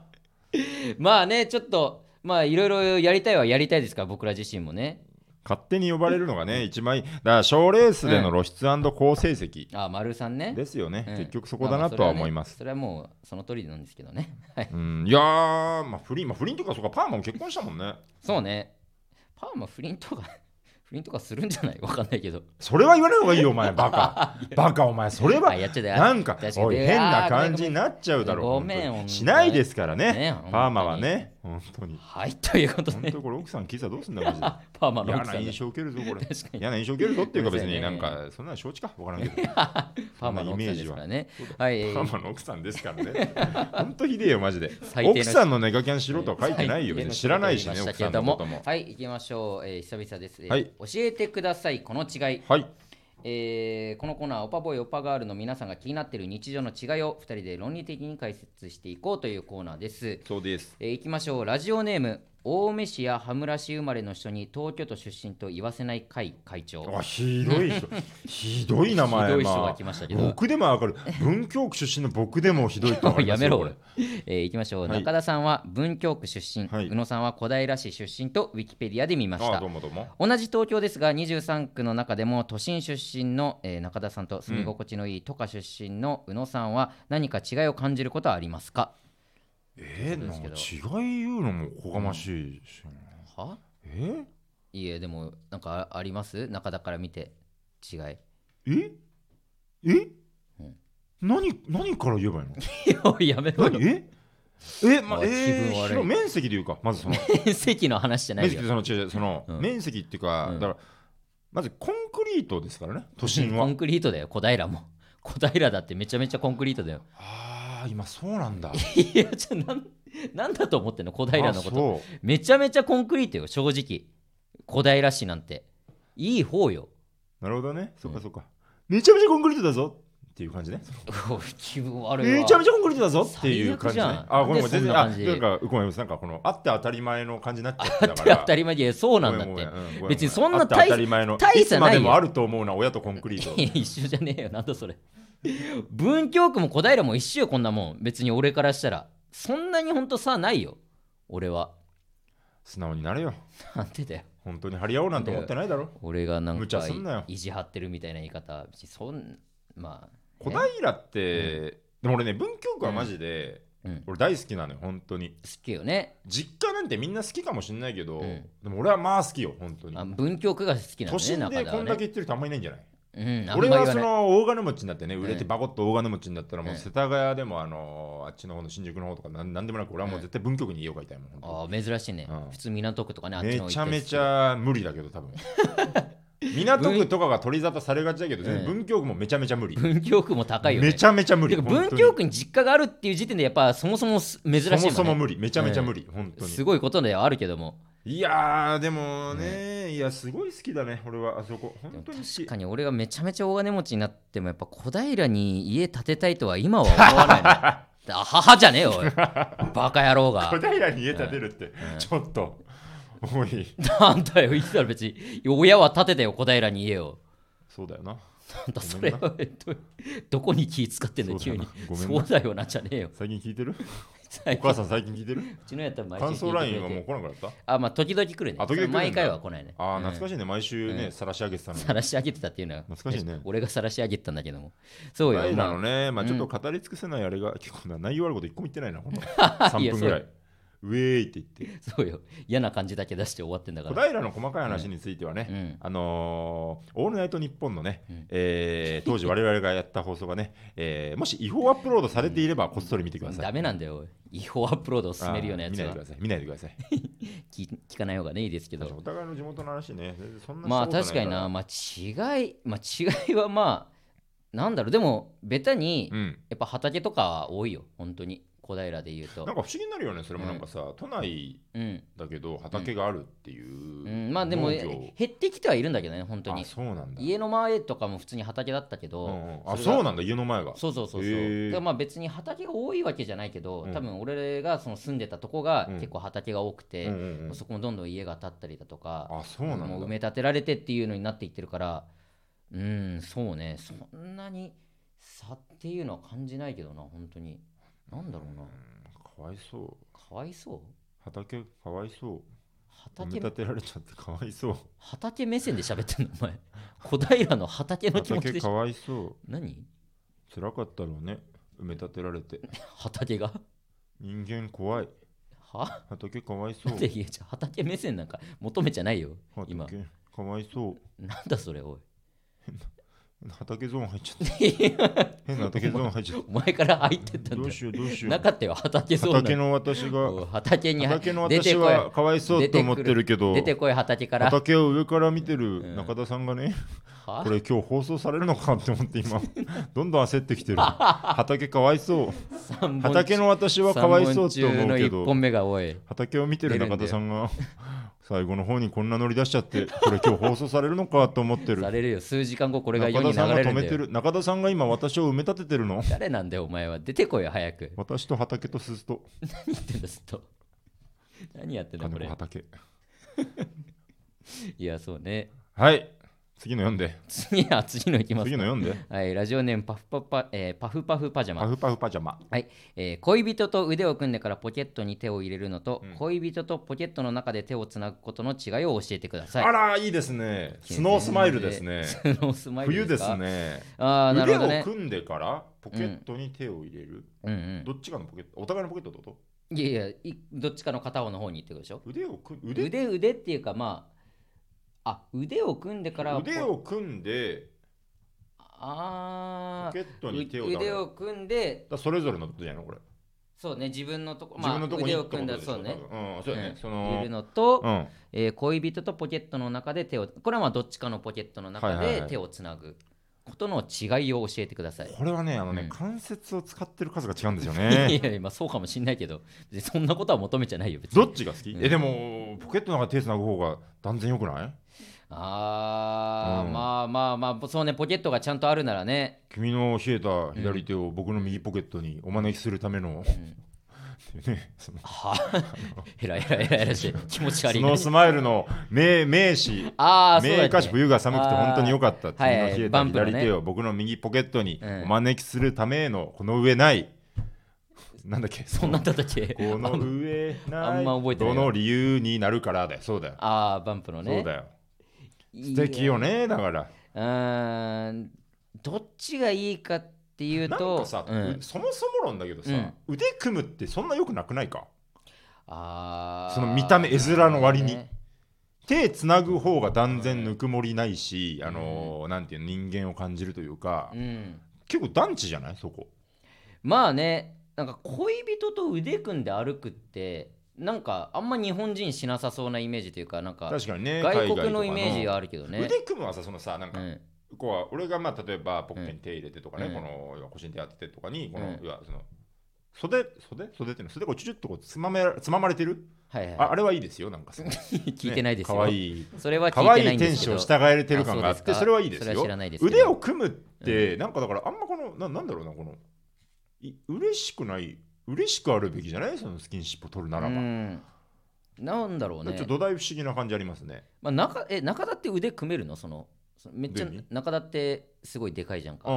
S1: まあね、ちょっと、まあいろいろやりたいはやりたいですから、僕ら自身もね。
S2: 勝手に呼ばれるのがね、一番いい。だから賞レースでの露出好成績
S1: あ丸さんね
S2: ですよね。
S1: うん
S2: 結局そこだなとは思います。
S1: まあまあそれはねそれはもうその通りなんですけどね はい
S2: うん、いやー、まあ、不倫、まあ、不倫とか、そうか、パーマも結婚したもんね。
S1: そうねパーマ不倫とか 不倫とかするんじゃないわかんないけど
S2: それは言われる方がいいよ、お前、バ カ。バカ、お前、それは
S1: あ、やっちゃだ
S2: なんか、
S1: 確に
S2: おい、
S1: うわー
S2: 変な感じになっちゃうだろう。
S1: ごめん
S2: 本当
S1: 本
S2: に
S1: 当に
S2: しないですから
S1: ね
S2: ね
S1: 本当。に
S2: パーマはね、本当に。
S1: はいということ
S2: 本
S1: で
S2: 当これ、奥さん聞いたらどうすんだ、マ ジで。
S1: パーマロ
S2: 嫌
S1: ック
S2: な
S1: さんね
S2: 印象受けるぞ、これ。
S1: 確かに
S2: 嫌な印象受けるぞっていうか、別に
S1: ご
S2: な
S1: め
S2: ん
S1: んなさい
S2: か、そんなの承知か、わからんけど。
S1: パーマの
S2: イ
S1: 奥
S2: メ
S1: さ
S2: ー
S1: んで
S2: ジ
S1: す
S2: は
S1: からねはい、えー
S2: パーマの奥さんですからね。本当ひでえよ、マジで。
S1: 最低の
S2: 奥さんのネガキャンしろとは書いてないよ。別に知らないしね、
S1: 最低の
S2: 奥
S1: 仕事
S2: さ
S1: を言
S2: ん
S1: い
S2: のこ
S1: ましたけれども
S2: とも。
S1: はい、行きましょう。えー久々です、えー
S2: はい
S1: 教えてください、この違い。
S2: はい。
S1: えーこのコーナー、オパボーイ、オパガールの皆さんが気になっている日常の違いを2人で論理的に解説していこうというコーナーです。
S2: そうです。
S1: えー、いきましょうラジオネーム青梅市や羽村市生まれの人に東京都出身と言わせない会会長
S2: あ、ひどい人。ひどい名前。
S1: ひどい人
S2: まあ
S1: が来ましたけど
S2: 僕でもわかる。文京区出身の僕でもひどいとわかりますよ
S1: やめろ
S2: これ
S1: えー、いきましょう、
S2: はい
S1: 中田さんは文京区出身、
S2: はい
S1: 宇野さんは小平市出身とウィキペディアで見まし
S2: あ、
S1: た
S2: どうもどうも。
S1: 同じ東京ですが23区の中でも都心出身の、えー中田さんと住み心地のいい都下出身の宇野さんは何か違いを感じることはありますか、
S2: えー、
S1: で
S2: なん
S1: すけど
S2: か違い言うのもおこがましいし。
S1: は
S2: え
S1: いいえでもなんかああります中田から見て違い
S2: ええ
S1: うん
S2: 何何から言えば いいの
S1: いややめろ
S2: 何ええ、まあ
S1: あ、
S2: え
S1: 気分
S2: ー、
S1: 悪い
S2: 広面積で言うか、まずそ の。
S1: 面積の話じゃな
S2: 面
S1: いよ
S2: 積ってその違う違うその、
S1: うん
S2: 面積っていうか、
S1: うん
S2: だからまずコンクリートですからね都心
S1: コ
S2: は
S1: ンクリートだよ小平も 小平だってめちゃめちゃコンクリートだよ
S2: ああ今そうなんだ
S1: いやじゃあなんなんだと思ってんの小 平
S2: あ
S1: のこと
S2: そ
S1: めちゃめちゃコンクリートよ正直小平市なんていい方よ
S2: うなるほどねそっかそっか、めちゃめちゃコンクリートだぞっていう感じね
S1: 気分悪いわ
S2: めちゃめちゃコンクリートだぞっていう感じね
S1: 最悪じゃん
S2: あごめんごめ
S1: なんでそ
S2: ん全
S1: ん
S2: 然
S1: な
S2: あ
S1: 感じ
S2: なんかごめんごめんなんかこのあって当たり前の感じになっちゃってた
S1: っ
S2: か
S1: て
S2: ら
S1: 当たり前でそうなんだっ
S2: ごめ
S1: て
S2: んごめんうごめごめ
S1: 別にそんな
S2: あって
S1: 大
S2: 当たり前の
S1: 大差
S2: いつま
S1: ない
S2: で
S1: よ
S2: もあると思うな親とコンクリー ト
S1: 一緒じゃねえよなんだそれ文京区も小平も一緒よこんなもん別に俺からしたらそんなにほんと差ないよ俺は
S2: 素直になれよ
S1: なんてだよ
S2: 本当に張り合おうなんて思ってないだろ
S1: 俺がなん
S2: 無茶
S1: か
S2: すんなよ
S1: 意地張ってるみたいな言い方別にそんまあ
S2: 小
S1: ね
S2: 平って、でも俺ね文京区はマジで、
S1: うん
S2: 俺大好きなのよ本当に
S1: 好きよね
S2: 実家なんてみんな好きかもしれないけど、
S1: うん
S2: でも俺はまあ好きよ本当に、
S1: あ文京区が好きなの
S2: 都
S1: ね
S2: 心
S1: 中
S2: で
S1: 田
S2: こ
S1: は
S2: んだ
S1: ね
S2: け言ってる人あんまいないんじゃない
S1: うんあんま
S2: 俺
S1: 言わ
S2: は
S1: ない
S2: その大金持ちになってね売れ
S1: う
S2: て
S1: ん
S2: バコッと大金持ちになったらもう
S1: うん
S2: 世田谷でもあのーあっちの方の新宿の方とかなんなんでもなく俺はもう絶対文京区に家を買いたいもん本当に
S1: あー珍しいね、
S2: うん
S1: 普通港区とかねあっち
S2: め
S1: の方行っ
S2: ち
S1: た
S2: ゃ
S1: り
S2: めち
S1: する
S2: ゃ無理だけど多 分港区とかが取り沙汰されがちだけど全然
S1: うん
S2: 文京区もめちゃめちゃ無理
S1: 文京区も高いよね
S2: めちゃめちゃ無理
S1: てか
S2: 本
S1: 文
S2: 当に
S1: 京区に実家があるっていう時点でやっぱそもそもす珍しいもんね
S2: そもそも無理めちゃめちゃ無理本当に
S1: すごいことではあるけども
S2: いやーでもね、いやすごい好きだね俺はあそこ
S1: でも
S2: 本当に好き
S1: 確かに俺がめちゃめちゃ大金持ちになってもやっぱ小平に家建てたいとは今は思わない なあ母じゃねえよおいバカ野郎が
S2: 小平に家建てるって、ちょっとおい
S1: なんだよ、言ってたら別に、親は立てたよ、小平に言えよ。
S2: そうだよ
S1: な
S2: な
S1: んだ、それは、えっとどこに気使ってんの、
S2: そ
S1: 急
S2: うだな
S1: に。
S2: ごめん
S1: そ
S2: な
S1: うだよな、じゃねえよ。
S2: 最近聞いてる
S1: 最
S2: お
S1: 近
S2: 母さん最近聞いてる
S1: うちのやったら 毎週
S2: 感
S1: 聞いて
S2: 想
S1: くれ
S2: ラ
S1: て
S2: インはもう来なくなった
S1: あ、まあ、時々来るね。
S2: あ時々来るんだ
S1: 毎回は来ないね。
S2: ああ懐かしいね毎週
S1: う
S2: ね
S1: ん
S2: 晒し上げてたのに
S1: さらし上げてたっていうのは、
S2: 懐かしいね
S1: 俺がさらし上げてたんだけども。そう
S2: 小
S1: よ、
S2: 平
S1: ま
S2: の
S1: あ、
S2: ねまあ
S1: うん
S2: ちょっと語り尽くせないあれが結構な内容あること一個も言ってない なこの3分ぐらいウェーイって言って
S1: そうよ。嫌な感じだけ出して終わってんだか
S2: 小
S1: ら。
S2: 平の細かい話についてはね、
S1: うん。
S2: あのーオールナイトニッポン」のね、
S1: うん
S2: えー当時我々がやった放送がね、えーもし違法アップロードされていればこっそり見てください。
S1: ダメなんだよ、おい違法アップロードを進めるようなやつ
S2: あー
S1: は
S2: 見ないでください。見ないでください。
S1: 聞聞かない方がね、いいですけど
S2: 確かに。お互いの地元の話ね、全然そんな
S1: まあ
S2: したこ
S1: 確か
S2: とない
S1: にな、まあ、違い、まあ、違いはまあなんだろうでもベタに
S2: うん。
S1: やっぱ畑とか多いよ本当に小平で言う
S2: な
S1: と
S2: んか不思議になるよね、それもなんかさ、都内
S1: うん、
S2: だけど畑があるっていう、
S1: うん、まあでも
S2: 農業
S1: 減ってきてはいるんだけどね本当
S2: あ
S1: に
S2: そうなんだ。
S1: 家の前とかも普通に畑だったけど、
S2: うんうんあ
S1: れが
S2: そうなんだ、家の前が。
S1: そうそうそうそう、
S2: へー
S1: だからまあ別に畑が多いわけじゃないけど、
S2: うん
S1: 多分俺がその住んでたとこが
S2: うん
S1: 結構畑が多くて、
S2: うんうんうん
S1: そこもどんどん家が建ったりだとか
S2: あ、そうなんだ。
S1: もう埋め立てられてっていうのになっていってるからうんそうねそんなに差っていうのは感じないけどな本当になんだろうな
S2: うんかわいそう。
S1: かわいそう
S2: 畑かわいそう。埋め
S1: 畑
S2: 立てられちゃってかわいそう。
S1: 畑目線で喋ってんのお前 小平の畑の気持ち
S2: 畑
S1: でし
S2: か
S1: ょ
S2: わいそう。
S1: 何
S2: 辛かったろうね。埋め立てられて。
S1: 畑が
S2: 人間怖い。
S1: は
S2: 畑かわいそう
S1: なん。でいやじゃあ畑目線なんか求めちゃないよ今
S2: 畑かわいそ。
S1: なんだそれおいう
S2: 畑ゾーン入っち ゃった。変な畑ゾーン入っちゃっ
S1: お前から入ってった
S2: た。
S1: んだ
S2: どう
S1: よ
S2: しようどうし よ
S1: な
S2: う。
S1: かったよ畑そうな
S2: 畑の私
S1: お
S2: が
S1: う畑に
S2: 畑の
S1: 出て
S2: 私
S1: こい
S2: はかわいそうと思ってるけど
S1: 出てこい畑から
S2: 畑を上から見てる
S1: ん
S2: 中田さんがね
S1: は
S2: これ今日放送されるのかって思っ て今どんどん焦ってきてる畑かわいそう
S1: 三本
S2: 畑の私はかわいそうって思うけ
S1: 三本中の一
S2: ど
S1: 本目が多い
S2: 畑を見てる中田さんが 最後の方にこんな乗り出しちゃってこれ今日放送されるのかと思ってる
S1: さ れるよ数時間後これが世
S2: 中
S1: に流
S2: 田さんが
S1: れる
S2: 止
S1: ん
S2: め
S1: だ
S2: て
S1: よ
S2: る中田さんが今私を埋め立ててるの
S1: 誰なんだよお前は出てこいよ早く
S2: 私と畑と鈴と
S1: 何言ってんだずっと何やってんだ
S2: 金
S1: こ
S2: 子
S1: れ
S2: 畑
S1: いやそうね
S2: はい次の読んで
S1: 次は次のいきます
S2: 次の読んで
S1: はいラジオネームパフパフパ、えーパフパフパジャマ
S2: パフパフパジャマ
S1: はいえー恋人と腕を組んでからポケットに手を入れるのと、
S2: うん
S1: 恋人とポケットの中で手をつなぐことの違いを教えてください
S2: あらいいですねスノースマイルですね
S1: スノースマイル
S2: 冬で
S1: か
S2: すね
S1: ああなる
S2: 腕
S1: ほど
S2: を
S1: ね
S2: 組んでからポケットに手を入れる、
S1: うんうん
S2: どっちかのポケットお互いのポケットってこと
S1: いやいやいどっちかの片方の方にってことでしょ
S2: 腕を組ん腕
S1: 腕腕っていうかまああ腕を組んでから
S2: 腕を組んでポ
S1: あ
S2: ケッ
S1: あ
S2: トに手をだか
S1: 腕
S2: らだか
S1: を組んで
S2: らそれぞれのことじゃないのこれ、
S1: そうね自分のとこ、
S2: 自
S1: ま
S2: 分
S1: あ、
S2: のとこ
S1: 腕
S2: に
S1: を組んだ
S2: ってこ
S1: そ
S2: と
S1: う
S2: でし
S1: ね
S2: ょ多分うんそうだよね、
S1: うん
S2: そ
S1: いる
S2: の
S1: のと、
S2: うん
S1: えー恋人とポケットの中で手をこれはまあどっちかのポケットの中
S2: はいはい
S1: で
S2: はい
S1: 手をつなぐことの違いを教えてください。
S2: これはねあのね、
S1: うん
S2: 関節を使ってる数が違うんですよ
S1: い
S2: ね
S1: やいや、まあ、そうかもしれないけど、別にそんなことは求めちゃないよ、別
S2: ど
S1: に。
S2: っちが好き、
S1: うん
S2: えでもポケットの中で手つなぐ方が断然良くない
S1: あー、
S2: うん
S1: まあまあまあ、そうね、ポケットがちゃんとあるならね、
S2: 君の冷えた左手を僕の右ポケットにお招きするための、ね その
S1: は えらいえらいえらいえらいしい、気持ち悪
S2: ス
S1: い
S2: ノ
S1: な
S2: ー。スマイルの名名詞
S1: ああ、そう
S2: 名
S1: だ
S2: 歌
S1: っ
S2: 詞
S1: け
S2: 冬が寒くて本当に良かった。
S1: あー
S2: 君の冷えた
S1: はいはい
S2: 左手を僕の右ポケットに
S1: うん
S2: お招きするためのこの上ない。なんだっけ
S1: そんなんだったっけ
S2: この上ない。
S1: あんま覚えてない
S2: どの理由になるからだよ。そうだよ。
S1: ああ、バンプのね。
S2: そうだよ。
S1: 素
S2: 素敵よね。だから。
S1: うーんどっちがいいかっていう
S2: なん
S1: と
S2: かさ、
S1: うん
S2: うそもそも論だけどさ
S1: うん、
S2: 腕組むってそんな良くなくないか
S1: あー
S2: その見た目絵面の割に
S1: ね
S2: 手つなぐ方が断然ぬくもりないし、あのー、なんていうの人間を感じるというか
S1: う、ん、
S2: 結構団地じゃないそこ。
S1: まあねなんか恋人と腕組んで歩くってなんかあんま日本人しなさそうなイメージというかなんか
S2: 確かにね。
S1: 外
S2: 海外
S1: 国
S2: とか
S1: のイメージがあるけどね
S2: 腕組むはさそのさなん
S1: う
S2: か、
S1: ん、
S2: こうは俺がまあ例えばポッケに手入れてとかね、
S1: うん
S2: この要は腰に手当ててとかにこの、
S1: うん
S2: 要はその袖袖袖っていうの袖こうチュチュッとこうつまめつままれてる、
S1: はいはい
S2: ああれはいいですよなんかそ の
S1: 聞いてないですよ、
S2: 可愛い
S1: それは
S2: 可
S1: 聞い
S2: 愛
S1: てないいん
S2: 天
S1: です
S2: 使
S1: け
S2: を
S1: ど
S2: 従えてる感があっ
S1: あそう
S2: て
S1: ですか
S2: それはいいです
S1: それは
S2: よ
S1: 知らないですけど
S2: 腕を組むって、なんかだからあんまこのななんだろうなこのい嬉しくない嬉しくあるべきじゃないそのスキンシップを取るならば、
S1: うんなんだろう
S2: ちょっ
S1: ね
S2: と土台不思議な感じありますね
S1: まあ、中え中田って腕組めるのそのそのめっちゃ
S2: 腕に
S1: 中田ってすごいでかいじゃんか
S2: う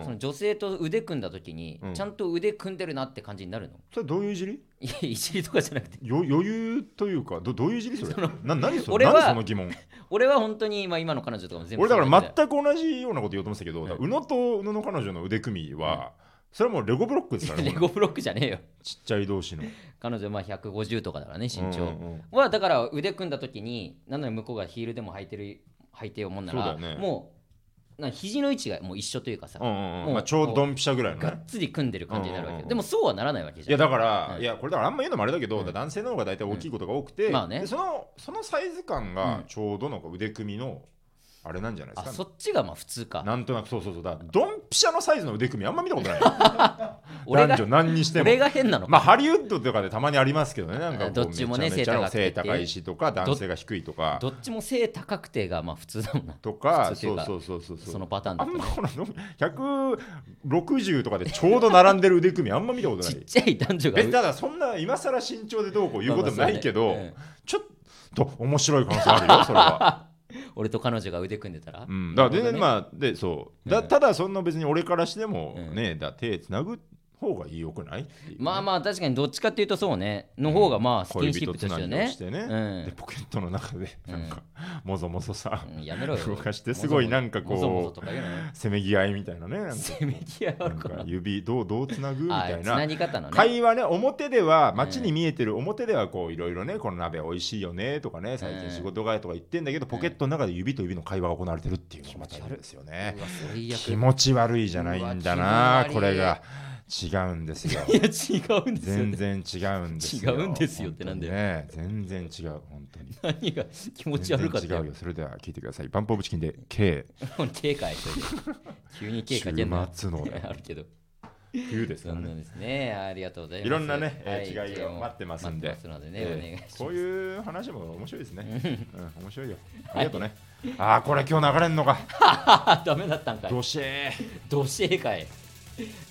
S2: ん
S1: その女性と腕組んだ時に、
S2: うん
S1: ちゃんと腕組んでるなって感じになるの
S2: それどういういじり
S1: いやいじりとかじゃなくて
S2: よ余裕というかどどういういじりそれな何そ
S1: 俺
S2: れ
S1: は
S2: 何その疑問
S1: 俺は本当に今今の彼女とかも全部
S2: 俺だか
S1: そう
S2: ら全く同じようなこと言おうと思ってたけど、
S1: ん
S2: だから宇野と宇野の彼女の腕組みは、それはもうレゴブロックですか
S1: だ
S2: ら
S1: よレ
S2: ね
S1: ゴブロックじゃねえよ
S2: ちっちゃい同士の
S1: 彼女まあ150とかだからね身長、
S2: うんうんうん
S1: はだから腕組んだ時になんなら向こうがヒールでも履いてる履いてようもんな
S2: そ
S1: ら
S2: うだよね
S1: もうな肘の位置がもう一緒というかさ、
S2: うんうんう
S1: も
S2: ん
S1: う
S2: まあ、ちょうどドンピシャぐらいの
S1: が
S2: ね
S1: っつり組んでる感じになるわけよ、
S2: うんうんうん
S1: でもそうはならないわけ
S2: い
S1: じゃ
S2: や
S1: ん
S2: だから、
S1: うん
S2: いやこれだからあんま言うのもあれだけど、
S1: うん
S2: 男性の方が大体大きいことが多くて、
S1: うんまあね
S2: でそのそのサイズ感が
S1: うん
S2: ちょうどの腕組みのあれなんじゃないです
S1: あ
S2: か、
S1: そっちがまあ普通か
S2: なんとなくそうそうそうだからドンピシャのサイズの腕組みあんま見たことない
S1: 俺が
S2: 男女何にしても
S1: 俺が変なのか、
S2: まあハリウッドとかでたまにありますけどねなんかこう
S1: どっちもね
S2: めちゃめちゃ背
S1: 背高くて
S2: 高いしとか男性が低いとか
S1: どっちも背高くてがまあ普通だもんな
S2: とか
S1: 普通ってい
S2: そうう
S1: か
S2: そうそうそうう
S1: そのパターンだ
S2: あん
S1: と
S2: まほら160とかでちょうど並んでる腕組みあんま見たことな
S1: ち
S2: い
S1: っちゃい男女が
S2: 別にただそんな今更身長でどうこう言うこともないけ
S1: ま
S2: ど
S1: あまあそうね
S2: ちょっと面白い可能性あ るよそれは、
S1: 俺と彼女が腕組んでたら、
S2: うん、だから全然
S1: あ
S2: まあでそう
S1: う
S2: だ
S1: ん
S2: ただそんな別に俺からしても
S1: うん
S2: ねだ手つなぐ方が良くないっていうね
S1: まあまあ確かにどっちかっていうとそうねの方がまあスキンシップとしては
S2: 恋人つなぎを
S1: ね
S2: してね
S1: うん
S2: でポケットの中でなんか、もぞもぞさ、
S1: うんやめろよ
S2: 動かしてすごいなんかこう
S1: もぞもぞとか言うのね
S2: せめぎ合いみたいなねなんか
S1: せめぎ合いあ
S2: な
S1: る
S2: ん
S1: か
S2: か
S1: な
S2: 指どうどうつなぐみた
S1: あ
S2: い
S1: つ
S2: な
S1: なぎ方のね
S2: 会話ね表では街に見えてる表ではこういろいろねこの鍋美味しいよねとかね最近仕事がとか言ってんだけどポケットの中で指と指の会話が行われてるっていうのがまたいいですよね
S1: うわ最悪
S2: 気持ち悪いじゃないんだ
S1: うわ
S2: な
S1: 気持ち
S2: こ
S1: 悪い
S2: れが違うんですよ
S1: いや 違うんですよ
S2: 全
S1: ね
S2: 然違うんですよ
S1: 違うんですよってなんだよ
S2: よ全然違う本当に
S1: 何が気持ち悪かっ
S2: 全
S1: た
S2: 然違
S1: よ
S2: うよそれでは聞いてくださいバンプオブチキンで K
S1: 警戒しといて急に警戒じゃな
S2: 週末の ね
S1: あるけど
S2: 冬です
S1: そ
S2: から
S1: う な
S2: ね
S1: んですねありがとうございます
S2: いろんなねえー
S1: は
S2: 違いを待ってますんで
S1: 待ってますのでねお願いし
S2: ええ
S1: ます
S2: こういう話も面白いですね。うん、面白いよ。ありがとうね。ああ、これ今日流れんのか。
S1: あダメだったんかい
S2: どしえ。
S1: どしえかい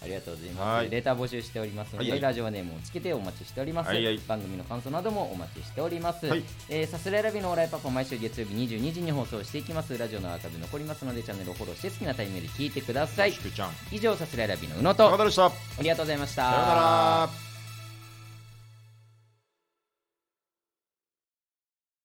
S1: ありがとうございます、
S2: はい
S1: レター募集しておりますので、
S2: はいはい
S1: ラジオネームをつけてお待ちしております、
S2: はいはい
S1: 番組の感想などもお待ちしております、
S2: はい
S1: えーさすらいラビのオーライパパ毎週月曜日22時に放送していきますラジオのアーカイブ残りますのでチャンネルをフォローして好きなタイミングで聞いてください
S2: しくちゃん。
S1: 以上さすらいラビの宇野
S2: 中
S1: と
S2: 田でした。さよ
S1: ありがとうございました
S2: うなら。